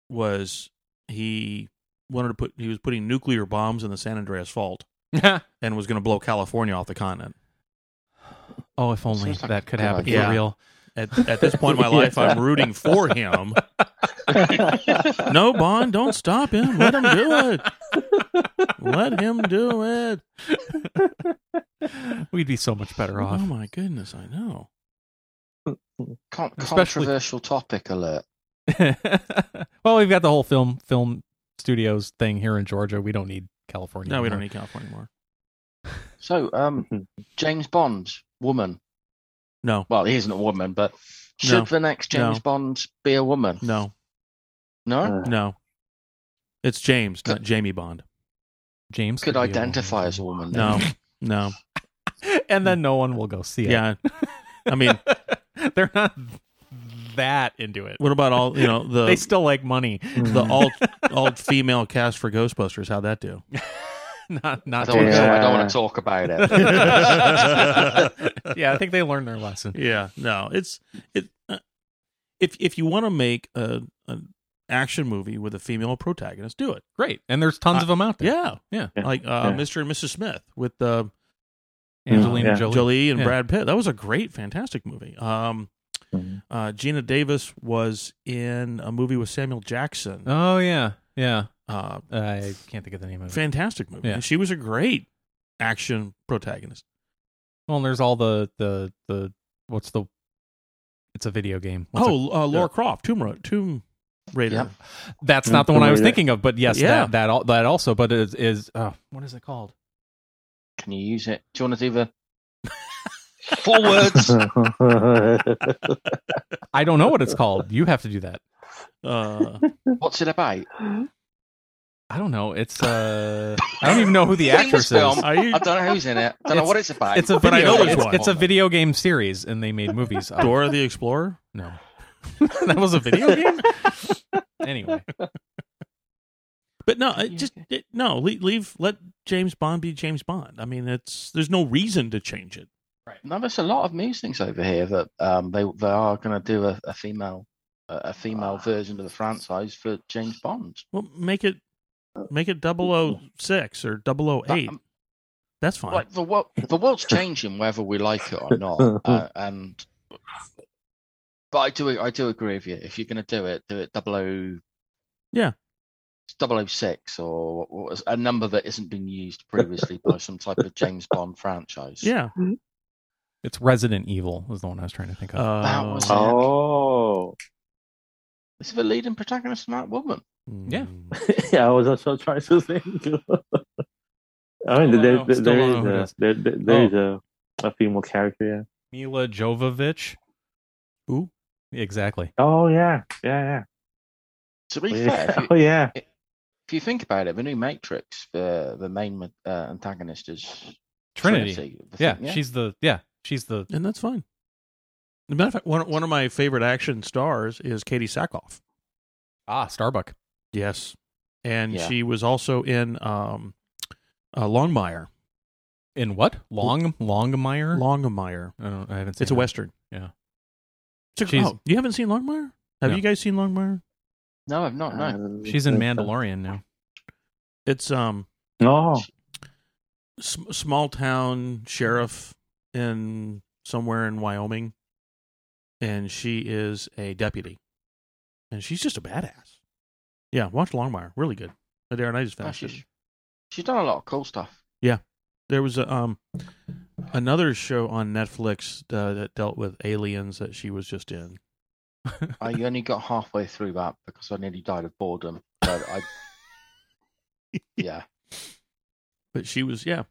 was he wanted to put he was putting nuclear bombs in the San Andreas fault and was going to blow California off the continent. oh, if only Sounds like that a could good happen idea. for real. At, at this point in my life, I'm rooting for him. No, Bond, don't stop him. Let him do it. Let him do it. We'd be so much better Oh off. my goodness, I know. Con- Especially- controversial topic alert. Oh well, we've got the whole film film studios thing here in Georgia. We don't need California. No, we anymore. don't need California anymore. So, um, James Bond, woman. No, Well, he isn't a woman, but should No. the next James No. Bond be a woman? no, No? Uh, no. It's James, not Jamie Bond. James Could be a identify woman. as a woman. No, no. and then no one will go see it. Yeah. I mean, they're not that into it. what about all, you know, they the still like money. the all all female cast for Ghostbusters? How'd that do? Not I not. don't, wanna- Yeah. I don't want to talk about it. yeah, I think they learned their lesson. Yeah, no, it's it. Uh, if if you want to make a an action movie with a female protagonist, do it. Great, and there's tons I- of them out there. Yeah, yeah, Yeah, like uh, yeah. Mr. and Mrs. Smith with uh, Angelina Yeah. Jolie. Jolie and Yeah. Brad Pitt. That was a great, fantastic movie. Um, uh, Gina Davis was in a movie with Samuel Jackson. Oh yeah, yeah. Uh, I can't think of the name of it. fantastic movie. Yeah. And she was a great action protagonist. Well, and there's all the the the what's the? It's a video game. What's it- oh, uh, Laura Croft, Tomb Ra- Tomb Raider. Yep. that's not the one I was thinking of. But yes, Yeah. that that al- that also. But is is uh, what is it called? Can you use it? Do you want to do the forwards? I don't know what it's called. You have to do that. Uh, What's it about? I don't know. It's uh, I don't even know who the Seen this actress is. film. are you I don't know who's in it. Don't know what it's about. It's a But I video. know which it's, one. it's a video game series, and they made movies. of- Dora the Explorer? No, that was a video game. anyway, But no, it just it, no. Leave, leave. Let James Bond be James Bond. I mean, it's there's no reason to change it. No, there's a lot of news things over here that um, they they are going to do a, a female a a female Ah. version of the franchise for James Bond. Well, make it Uh, make it 006 or 008. That- um, That's fine. Like the world, the world's changing whether we like it or not, uh, and but I do I do agree with you. If you're going to do it, do it double oh o Yeah. 006 or what- what was- a number that isn't been used previously by some type of James Bond franchise. Yeah. it's Resident Evil was the one I was trying to think of. That Uh, was- oh, is the leading protagonist in that woman? Hmm. Yeah. yeah, I was also trying to think. I Still don't mean, there, know. there, Still there don't is know who it a is. there, there, there is a, a female character. Mila Jovovich. Who? Exactly. Yeah. Oh yeah, yeah, To be yeah. fair, if you, oh yeah. if you think about it, the new Matrix, the the main uh, antagonist is Trinity. the Yeah, thing- she's the yeah, she's the And that's fine. As a matter of fact, one one of my favorite action stars is Katie Sackhoff. ah Starbuck. Yes, and Yeah. she was also in um, uh, Longmire. In what? Long Longmire. Longmire. I don't. I haven't seen. It's a it. western. Yeah. It's a- She's- oh, you haven't seen Longmire? Have No. you guys seen Longmire? no, I've not. Uh, No, Oh, Um, She's in uh, Mandalorian now. It's um No, s- small town sheriff in somewhere in Wyoming, and she is a deputy, and she's just a badass. Yeah, watch Longmire, really good. Uh, Darren, I just no, finished she's it. she's done a lot of cool stuff. There was a, um another show on Netflix uh, that dealt with aliens that she was just in. I only got halfway through that because I nearly died of boredom. But I, yeah, but she was yeah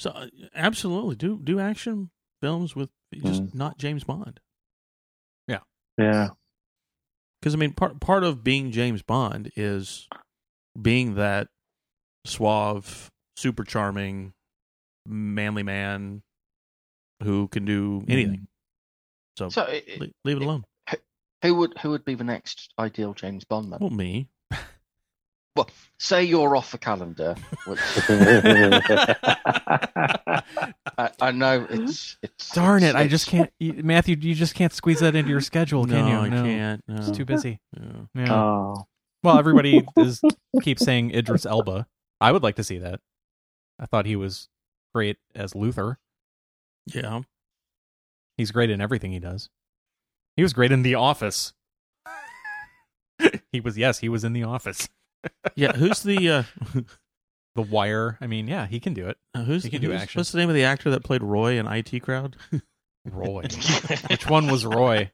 so uh, absolutely do do action films with just not james bond yeah. because i mean part part of being james bond is being that suave super charming manly man who can do anything Oh, so, so it, le- it- leave it alone who would who would be the next ideal James Bond then? well me Well, say you're off the calendar, which Hmm. I, I know it's it's. Darn it! it's- I just it's- can't. You, Matthew, you just can't squeeze that into your schedule, can no, you? i can't no. It's too busy. Yeah. Yeah. oh, Well, everybody is keeps saying Idris Elba. I would like to see that. I thought he was great as Luther. yeah He's great in everything he does. He was great in The Office. he was yes, he was in The Office. yeah who's the uh The Wire. I mean, yeah, he can do it. who's He can do who's- action. what's the name of the actor that played roy in it crowd Roy. Which one was Roy?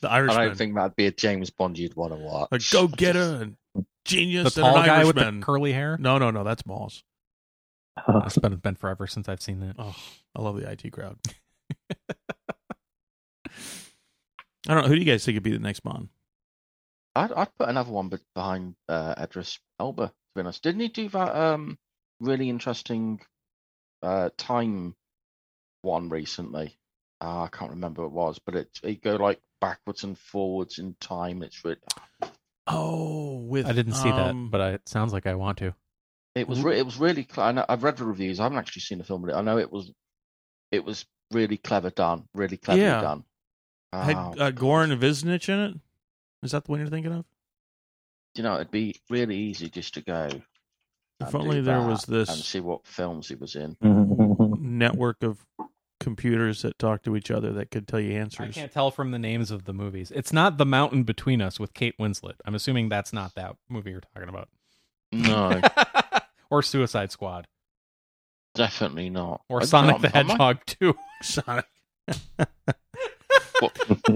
the I irishman don't think that'd be a James Bond you'd want to watch. Like, go get her and The genius and tall an guy with the Irishman. curly hair. no, no, no, that's Moss. Uh, It's been, been forever since I've seen that. Oh, I love the IT crowd. I don't know. Who do you guys think would be the next Bond? I'd, I'd put another one be- behind uh, Edris Elba. To be honest, didn't he do that um, really interesting uh, time one recently? Ah, I can't remember what it was, but it it go like backwards and forwards in time. It's re- Oh, with I didn't see um, that, but I, it sounds like I want to. it was re- it was really. Cl- I know, I've read the reviews. I haven't actually seen the film, but I know it was it was really clever done. Really cleverly Yeah. done. had Oh, uh, Goran Viznich in it. Is that the one you're thinking of? you know, it'd be really easy just to go. If and only do there that was and this see what films he was in. network of computers that talk to each other that could tell you answers. I can't tell from the names of the movies. It's not The Mountain Between Us with Kate Winslet. I'm assuming that's not that movie you're talking about. No, or Suicide Squad. definitely not. Or I- Sonic I- the I might- Hedgehog 2. Sonic.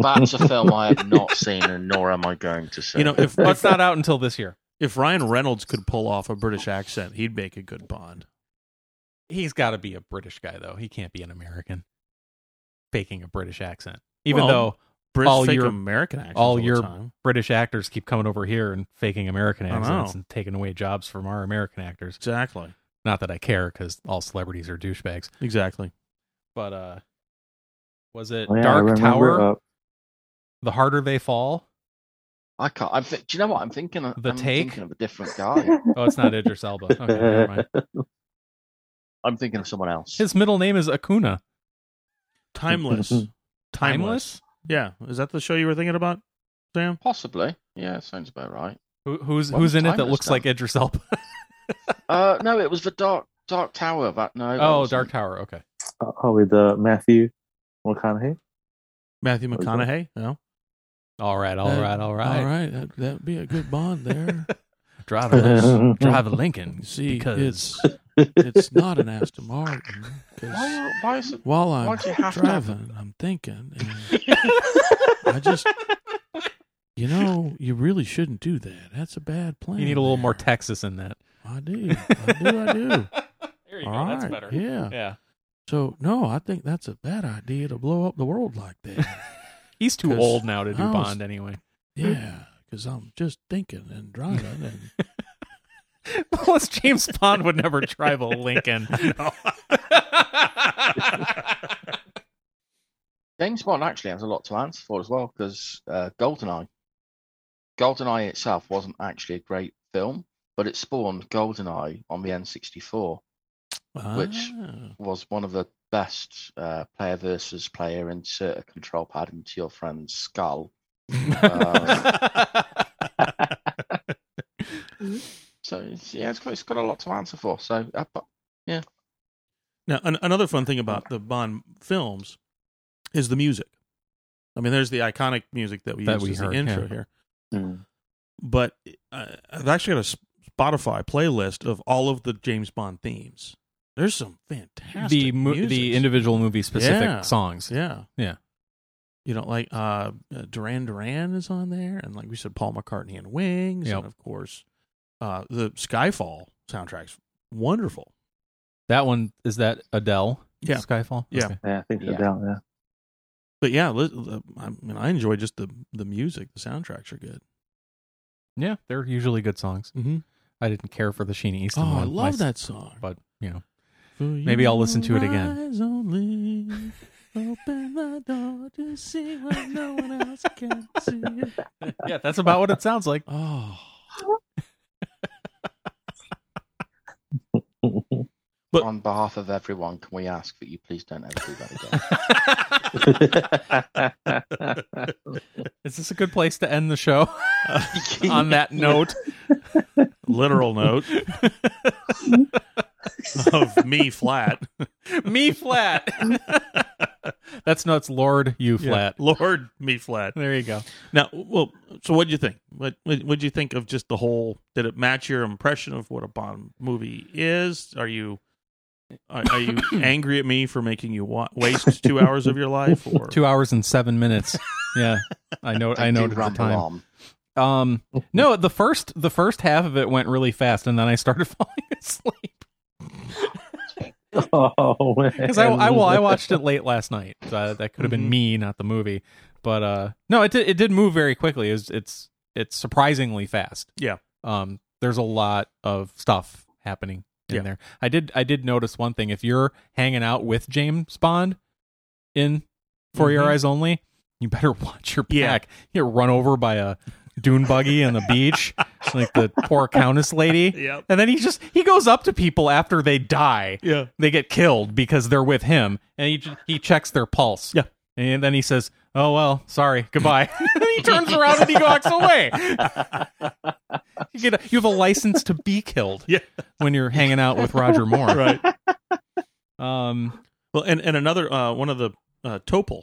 That's a film I have not seen, and nor am I going to see. You know, if That's if, not out until this year. if Ryan Reynolds could pull off a British accent, he'd make a good Bond. He's got to be a British guy, though. He can't be an American faking a British accent. Even Well, though Brits All fake your- American accents all all, your- the time. British actors keep coming over here and faking American I know. accents and taking away jobs from our American actors. Exactly. Not that I care because all celebrities are douchebags. Exactly. But uh was it Oh, yeah, I Dark remember, Tower? uh, the Harder They Fall? I can't. I'm th- do you know what I'm thinking? Of, The I'm Take? thinking of a different guy. Oh, it's not Idris Elba. Okay, never mind. I'm thinking of someone else. His middle name is Acuna. Timeless. Timeless. Yeah. Is that the show you were thinking about, Sam? Possibly. Yeah, sounds about right. Who, who's What who's was in it that Timeless looks then? like Idris Elba? Uh, no, it was the Dark Dark Tower. That no. that oh, wasn't- Dark Tower. Okay. oh, with uh, Matthew McConaughey. Matthew What is that? McConaughey? No. All right. All Uh, right. All right. All right. That that'd be a good Bond there. Drive a drive a Lincoln. See, because it's it's not an Aston Martin. 'cause Why, why is it? while I'm Why'd you have to have- driving, I'm thinking. And I just, you know, you really shouldn't do that. That's a bad plan. you need a little more there. Texas in that. I do. I do. I do. There you All go. right. That's better. Yeah. Yeah. So no, I think that's a bad idea to blow up the world like that. He's too 'Cause old now to do I was- Bond anyway. yeah, because I'm just thinking and driving and. Plus, James Bond would never drive a Lincoln. James Bond actually has a lot to answer for as well because uh, Goldeneye, Goldeneye itself wasn't actually a great film, but it spawned Goldeneye on the N64. Which- Ah. was one of the best uh, player versus player insert a control pad into your friend's skull. So it's, yeah, it's got, it's got a lot to answer for. So uh, but Now, an- another fun thing about the Bond films is the music. I mean, there's the iconic music that we That use we as heard, the intro yeah. here. Mm. But uh, I've actually got a Spotify playlist of all of the James Bond themes. There's some fantastic the mo- music. the individual movie specific Yeah. songs. Yeah. Yeah. You know, like uh Duran Duran is on there, and like we said, Paul McCartney and Wings, Yep. and of course, uh the Skyfall soundtrack's wonderful. That one is that Adele. Yeah. Skyfall. Yeah. Okay. Yeah, I think so. Yeah. Down, yeah. But yeah, li- the- I mean, I enjoy just the the music. The soundtracks are good. Yeah, they're usually good songs. Mm-hmm. I didn't care for the Sheena Easton Oh, I one love myself, that song. But you know, For maybe I'll listen to it your again. eyes only, open the door to see what no one else can see. yeah, that's about what it sounds like. Oh. But- on behalf of everyone, can we ask that you please don't ever do that again? Is this a good place to end the show on that note? literal note of me flat. me flat. that's no, it's Lord you flat. Lord, me flat. There you go. Now, well, so what do you think? What what would you think of just the whole? Did it match your impression of what a Bond movie is? Are you are, are you angry at me for making you wa- waste two hours of your life? Or Two hours and seven minutes. Yeah, I know. I do know the ramble time. on. Um, no, the first the first half of it went really fast, and then I started falling asleep Oh, because I, I well I watched it late last night. So I- that could have been Mhm. me, not the movie. But uh, no, it did, it did move very quickly. It's it's it's surprisingly fast. Yeah. Um, there's a lot of stuff happening in Yeah. there. I did I did notice one thing. If you're hanging out with James Bond in For Your Mhm. Eyes Only, you better watch your Yeah. back. You get run over by a dune buggy on the beach, like the poor countess lady. Yep. And then he just he goes up to people after they die. Yeah. They get killed because they're with him, and he ju- he checks their pulse. Yeah. And then he says, "Oh well, sorry, goodbye." and he turns around and he walks away. You get a, you have a license to be killed. Yeah. When you're hanging out with Roger Moore, Right. Um. Well, and and another uh, one of the uh, Topol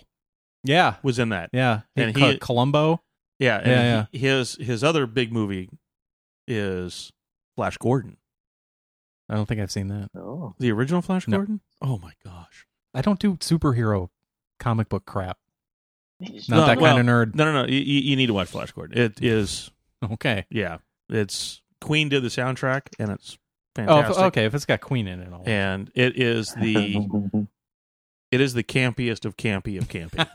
Yeah. was in that. Yeah. And Co- he- Columbo. Yeah, and Yeah, he- his his other big movie is Flash Gordon. I don't think I've seen that. Oh. The original Flash No. Gordon? Oh my gosh. I don't do superhero comic book crap. It's Not No, that well- kind of nerd. No, no, no. You, you you need to watch Flash Gordon. It is Okay. yeah. It's Queen did the soundtrack and it's Oh, if- fantastic. okay. If it's got Queen in it, all. And it is the it is the campiest of campy of campy.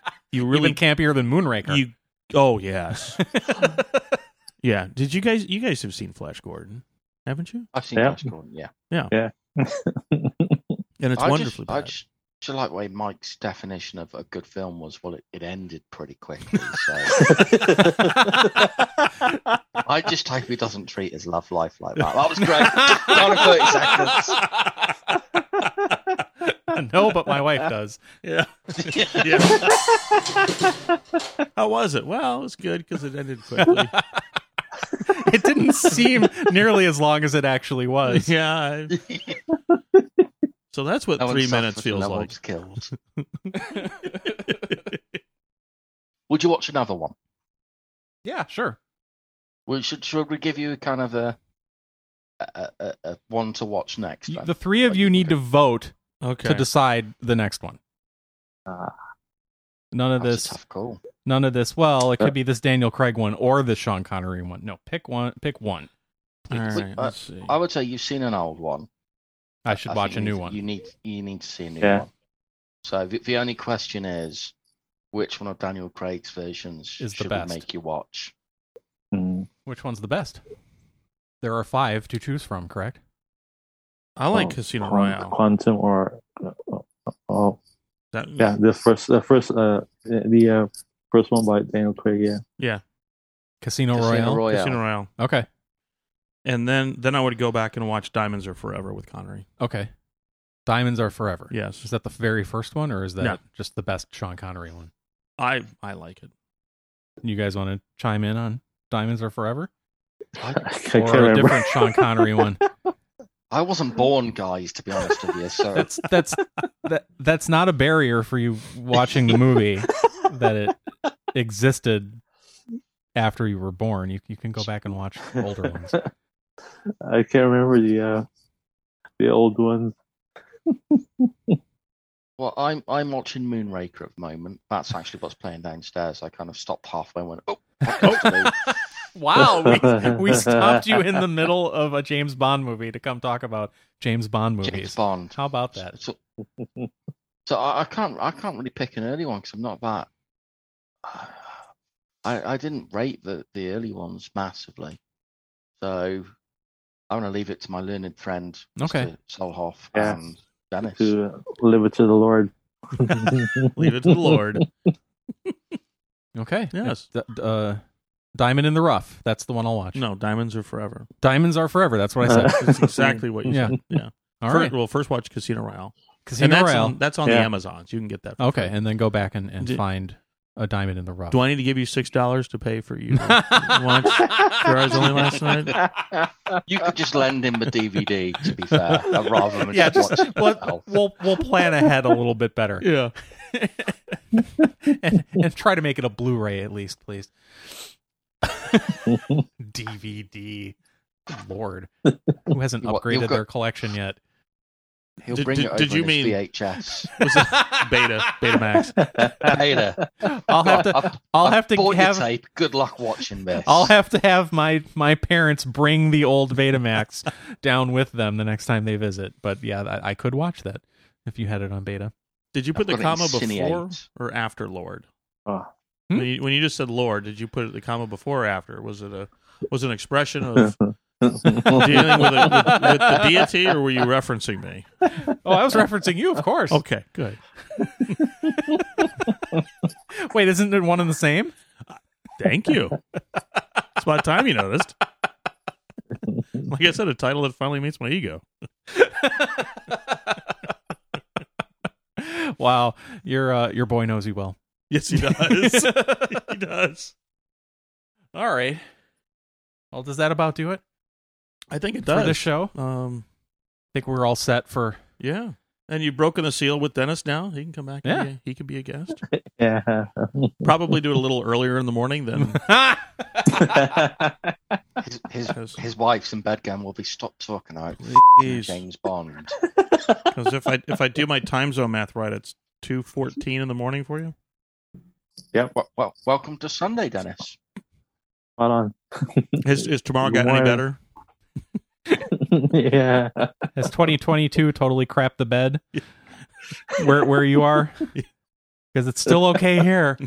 You really really campier than Moonraker. you Oh yes. yeah. Did you guys you guys have seen Flash Gordon, haven't you? I've seen Yeah. Flash Gordon, yeah. And it's I wonderfully just, I bad. just, just like the way Mike's definition of a good film was, well, it, it ended pretty quickly. So I just hope he doesn't treat his love life like that. That was great. Down in 30 seconds. no, but my wife does. Yeah. Yeah. How was it? Well, it was good because it ended quickly. It didn't seem nearly as long as it actually was. yeah. I- So that's what No one three suffered minutes and feels no one like. was killed. Would you watch another one? Yeah, sure. We should, should we give you kind of a, a, a, a one to watch next? then? The three of you need to vote Okay. to decide the next one. Ah. None of That's a this. tough call. None of this. Well, it could be this Daniel Craig one or the Sean Connery one. No, pick one. Pick one. All Wait, right. uh, Let's see. I would say you've seen an old one. I should I watch a think new you- one. You need you need to see a new Yeah. one. So the, the only question is, which one of Daniel Craig's versions Is the should best. we make you watch? Mm. Which one's the best? There are five to choose from. Correct. I like Oh, Casino Quan- Royale. Quantum or oh, oh That- yeah, the first the first uh the uh, first one by Daniel Craig. Yeah. yeah. Casino, Casino Royale. Royale. Casino Royale. Okay. And then then I would go back and watch Diamonds Are Forever with Connery. Okay. Diamonds are forever. Is Yes. that the very first one, or is that No. just the best Sean Connery one? I I like it. You guys want to chime in on Diamonds Are Forever I I, can't or a remember. different Sean Connery one? I wasn't born, guys, to be honest with you. So That's that's that that's not a barrier for you watching the movie that it existed after you were born. You you can go back and watch the older ones. I can't remember the uh the old ones. well, I'm I'm watching Moonraker at the moment. That's actually what's playing downstairs. I kind of stopped halfway and went, oh, I've got to do." wow, we, we stopped you in the middle of a James Bond movie to come talk about James Bond movies. James Bond. How about that? So, so I, I can't I can't really pick an early one because I'm not that. I I didn't rate the the early ones massively, so I'm gonna leave it to my learned friend, Okay. Mr. Solhoff Yeah. and Dennis. to uh, live it to the Lord. Leave it to the Lord. Okay. Yes. D- d- uh, Diamond in the Rough. That's the one I'll watch. No, Uh, Diamonds Are Forever. Diamonds are forever. That's what I said. That's exactly what you Yeah. said. Yeah. All Fir- right. Well, first watch Casino Royale. and Casino that's Royale. on, that's on the Yeah. Amazons. You can get that. for okay, free. and then go back and, and Do- find a diamond in the rough. Do I need to give you six dollars to pay for you to watch Four Eyes Only last night? You could just lend him a DVD, to be fair, uh, rather than yeah, just just watch it we'll, yourself. we'll we'll plan ahead a little bit better Yeah. and, and try to make it a Blu-ray at least, please. DVD, Lord, who hasn't You wa- upgraded you've got- their collection yet? He'll Did- bring did- it over did you in his mean- VHS. Was it Beta, Betamax. Beta, I'll have to. I've, I'll I've have to bought your have. tape. Good luck watching this. I'll have to have my my parents bring the old Betamax down with them the next time they visit. But yeah, I, I could watch that if you had it on beta. Did you put the I've got comma it in before Cineate. or after Lord? Oh. Hmm? When, you, when you just said Lord, did you put the comma before or after? Was it a was it an expression of dealing with, a, with, with the deity, or were you referencing me? Oh, I was referencing you, of course. Okay, good. Wait, isn't it one and the same? Thank you. it's about time you noticed. Like I said, a title that finally meets my ego. Wow, your uh, your boy knows you well. Yes, he does. he does. All right. Well, does that about do it I think it for this does. show? um, I think we're all set for. yeah. And you've broken the seal with Dennis now. He can come back. Yeah. And be a- he can be a guest. yeah. Probably do it a little earlier in the morning than his, his, Yes. his wife's in bed going, "Will be stop talking about f***ing because James Bond." if I if I do my time zone math right, it's two fourteen in the morning for you. well, well, welcome to Sunday, Dennis. Spot on. Is, is tomorrow got any Wow. better? yeah. Has 2022 totally crapped the bed where where you are? Because it's still okay here.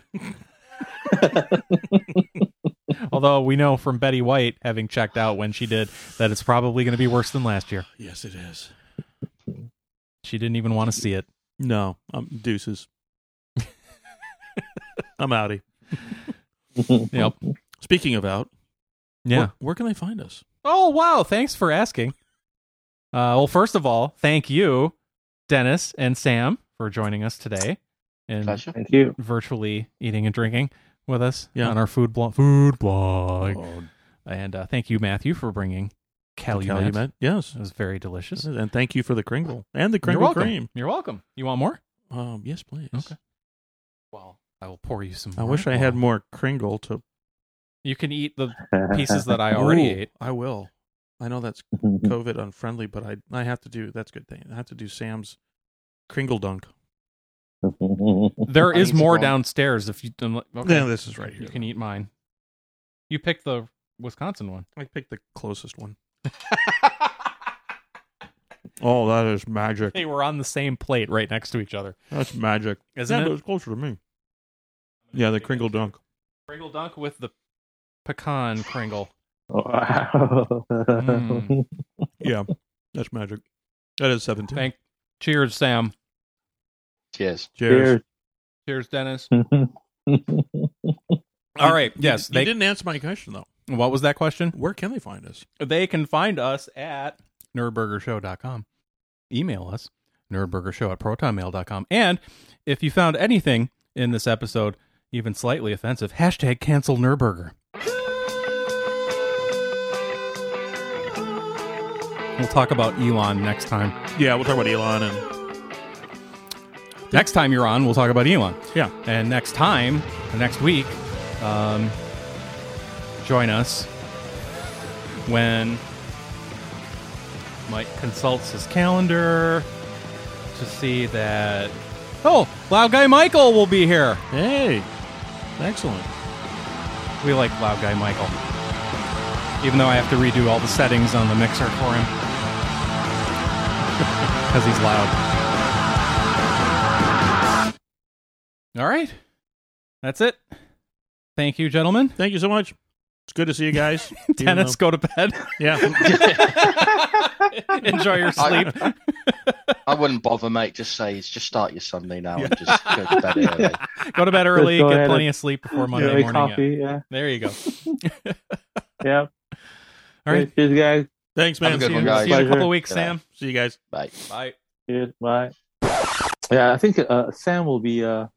Although we know from Betty White, having checked out when she did, that it's probably going to be worse than last year. Yes, it is. She didn't even want to see it. No, I'm deuces. I'm outie. Yep. Speaking of out, Yeah. where, where can they find us? Oh wow! Thanks for asking. Uh, well, first of all, thank you, Dennis and Sam, for joining us today and Pleasure. Thank you. virtually eating and drinking with us Yeah. on our food blog. Food blog. Oh, And uh, thank you, Matthew, for bringing Calumet. Calumet. Yes. It was very delicious. And thank you for the Kringle and the You're Kringle welcome. cream. You're welcome. You want more? Um, yes, please. Okay. Well, I will pour you some. I wish I had more Kringle to You can eat the pieces that I already Ooh, ate. I will. I know that's COVID unfriendly, but I I have to do that's a good thing. I have to do Sam's Kringle dunk. There I is need to more go. downstairs. If you, um, okay. this is right you can eat mine. You picked the Wisconsin one. I picked the closest one. oh, that is magic. They were on the same plate right next to each other. That's magic. Isn't yeah, it? but it's closer to me. Yeah, the Kringle dunk. Kringle dunk with the pecan kringle. Wow. Mm. Yeah, that's magic. That is seventeen. Thank. Cheers, Sam. Cheers. Cheers. Cheers, Dennis. Cheers. All right. You- Yes. you, They, didn't answer my question though. what was that question? Where can they find us? They can find us at nerdburgershow.com. Email us, nerdburgershow at protonmail.com. And if you found anything in this episode even slightly offensive, hashtag cancel Nerdburger. We'll talk about Elon next time. Yeah, we'll talk about Elon and Next time you're on, we'll talk about Elon. yeah. And next time, next week, um, join us when Mike consults his calendar to see that. Oh, Loud Guy Michael will be here. Hey, excellent. We like Loud Guy Michael. Even though I have to redo all the settings on the mixer for him. Because he's loud. All right. That's it. Thank you, gentlemen. Thank you so much. It's good to see you guys. Even Dennis, go to bed. though- yeah. Enjoy your sleep. I wouldn't bother, mate. Just say, just start your Sunday now and just go to bed early. Go to bed early. go Get ahead plenty and- of sleep before Yeah, Monday morning. like coffee. Yeah. There you go. Yeah. All right. Cheers, guys. Thanks, Have a man. good See one, you, guys. see you in a couple of weeks, Good night. Sam. See you guys. Bye. Bye. Cheers. Bye. Yeah, I think uh, Sam will be uh,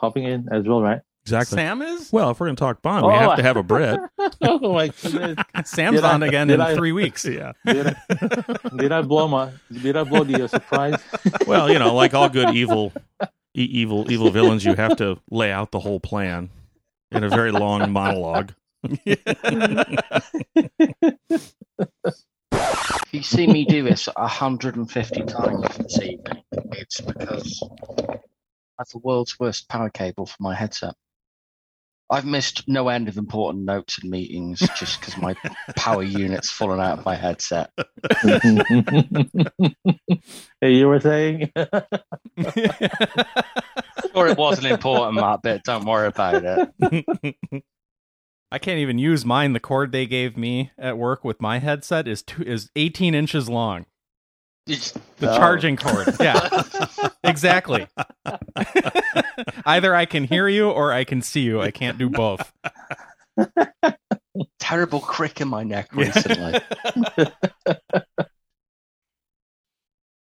popping in as well, right? Exactly. Sam is? Well, if we're gonna talk Bond, we Oh, have I- to have a Brit. oh my goodness! Sam's Did I- on again did in I- three weeks. yeah. Did I, did I blow my? Did I blow the uh, surprise? Well, you know, like all good evil, e- evil, evil villains, you have to lay out the whole plan in a very long monologue. He you see me do this 150 times this evening, it's because I have the world's worst power cable for my headset. I've missed no end of important notes and meetings just because my power unit's fallen out of my headset. hey, you were saying? Or it wasn't important, Matt, but don't worry about it. I can't even use mine. The cord they gave me at work with my headset is two, is 18 inches long. It's- The Oh. charging cord. Yeah, exactly. Either I can hear you or I can see you. I can't do both. Terrible crick in my neck recently.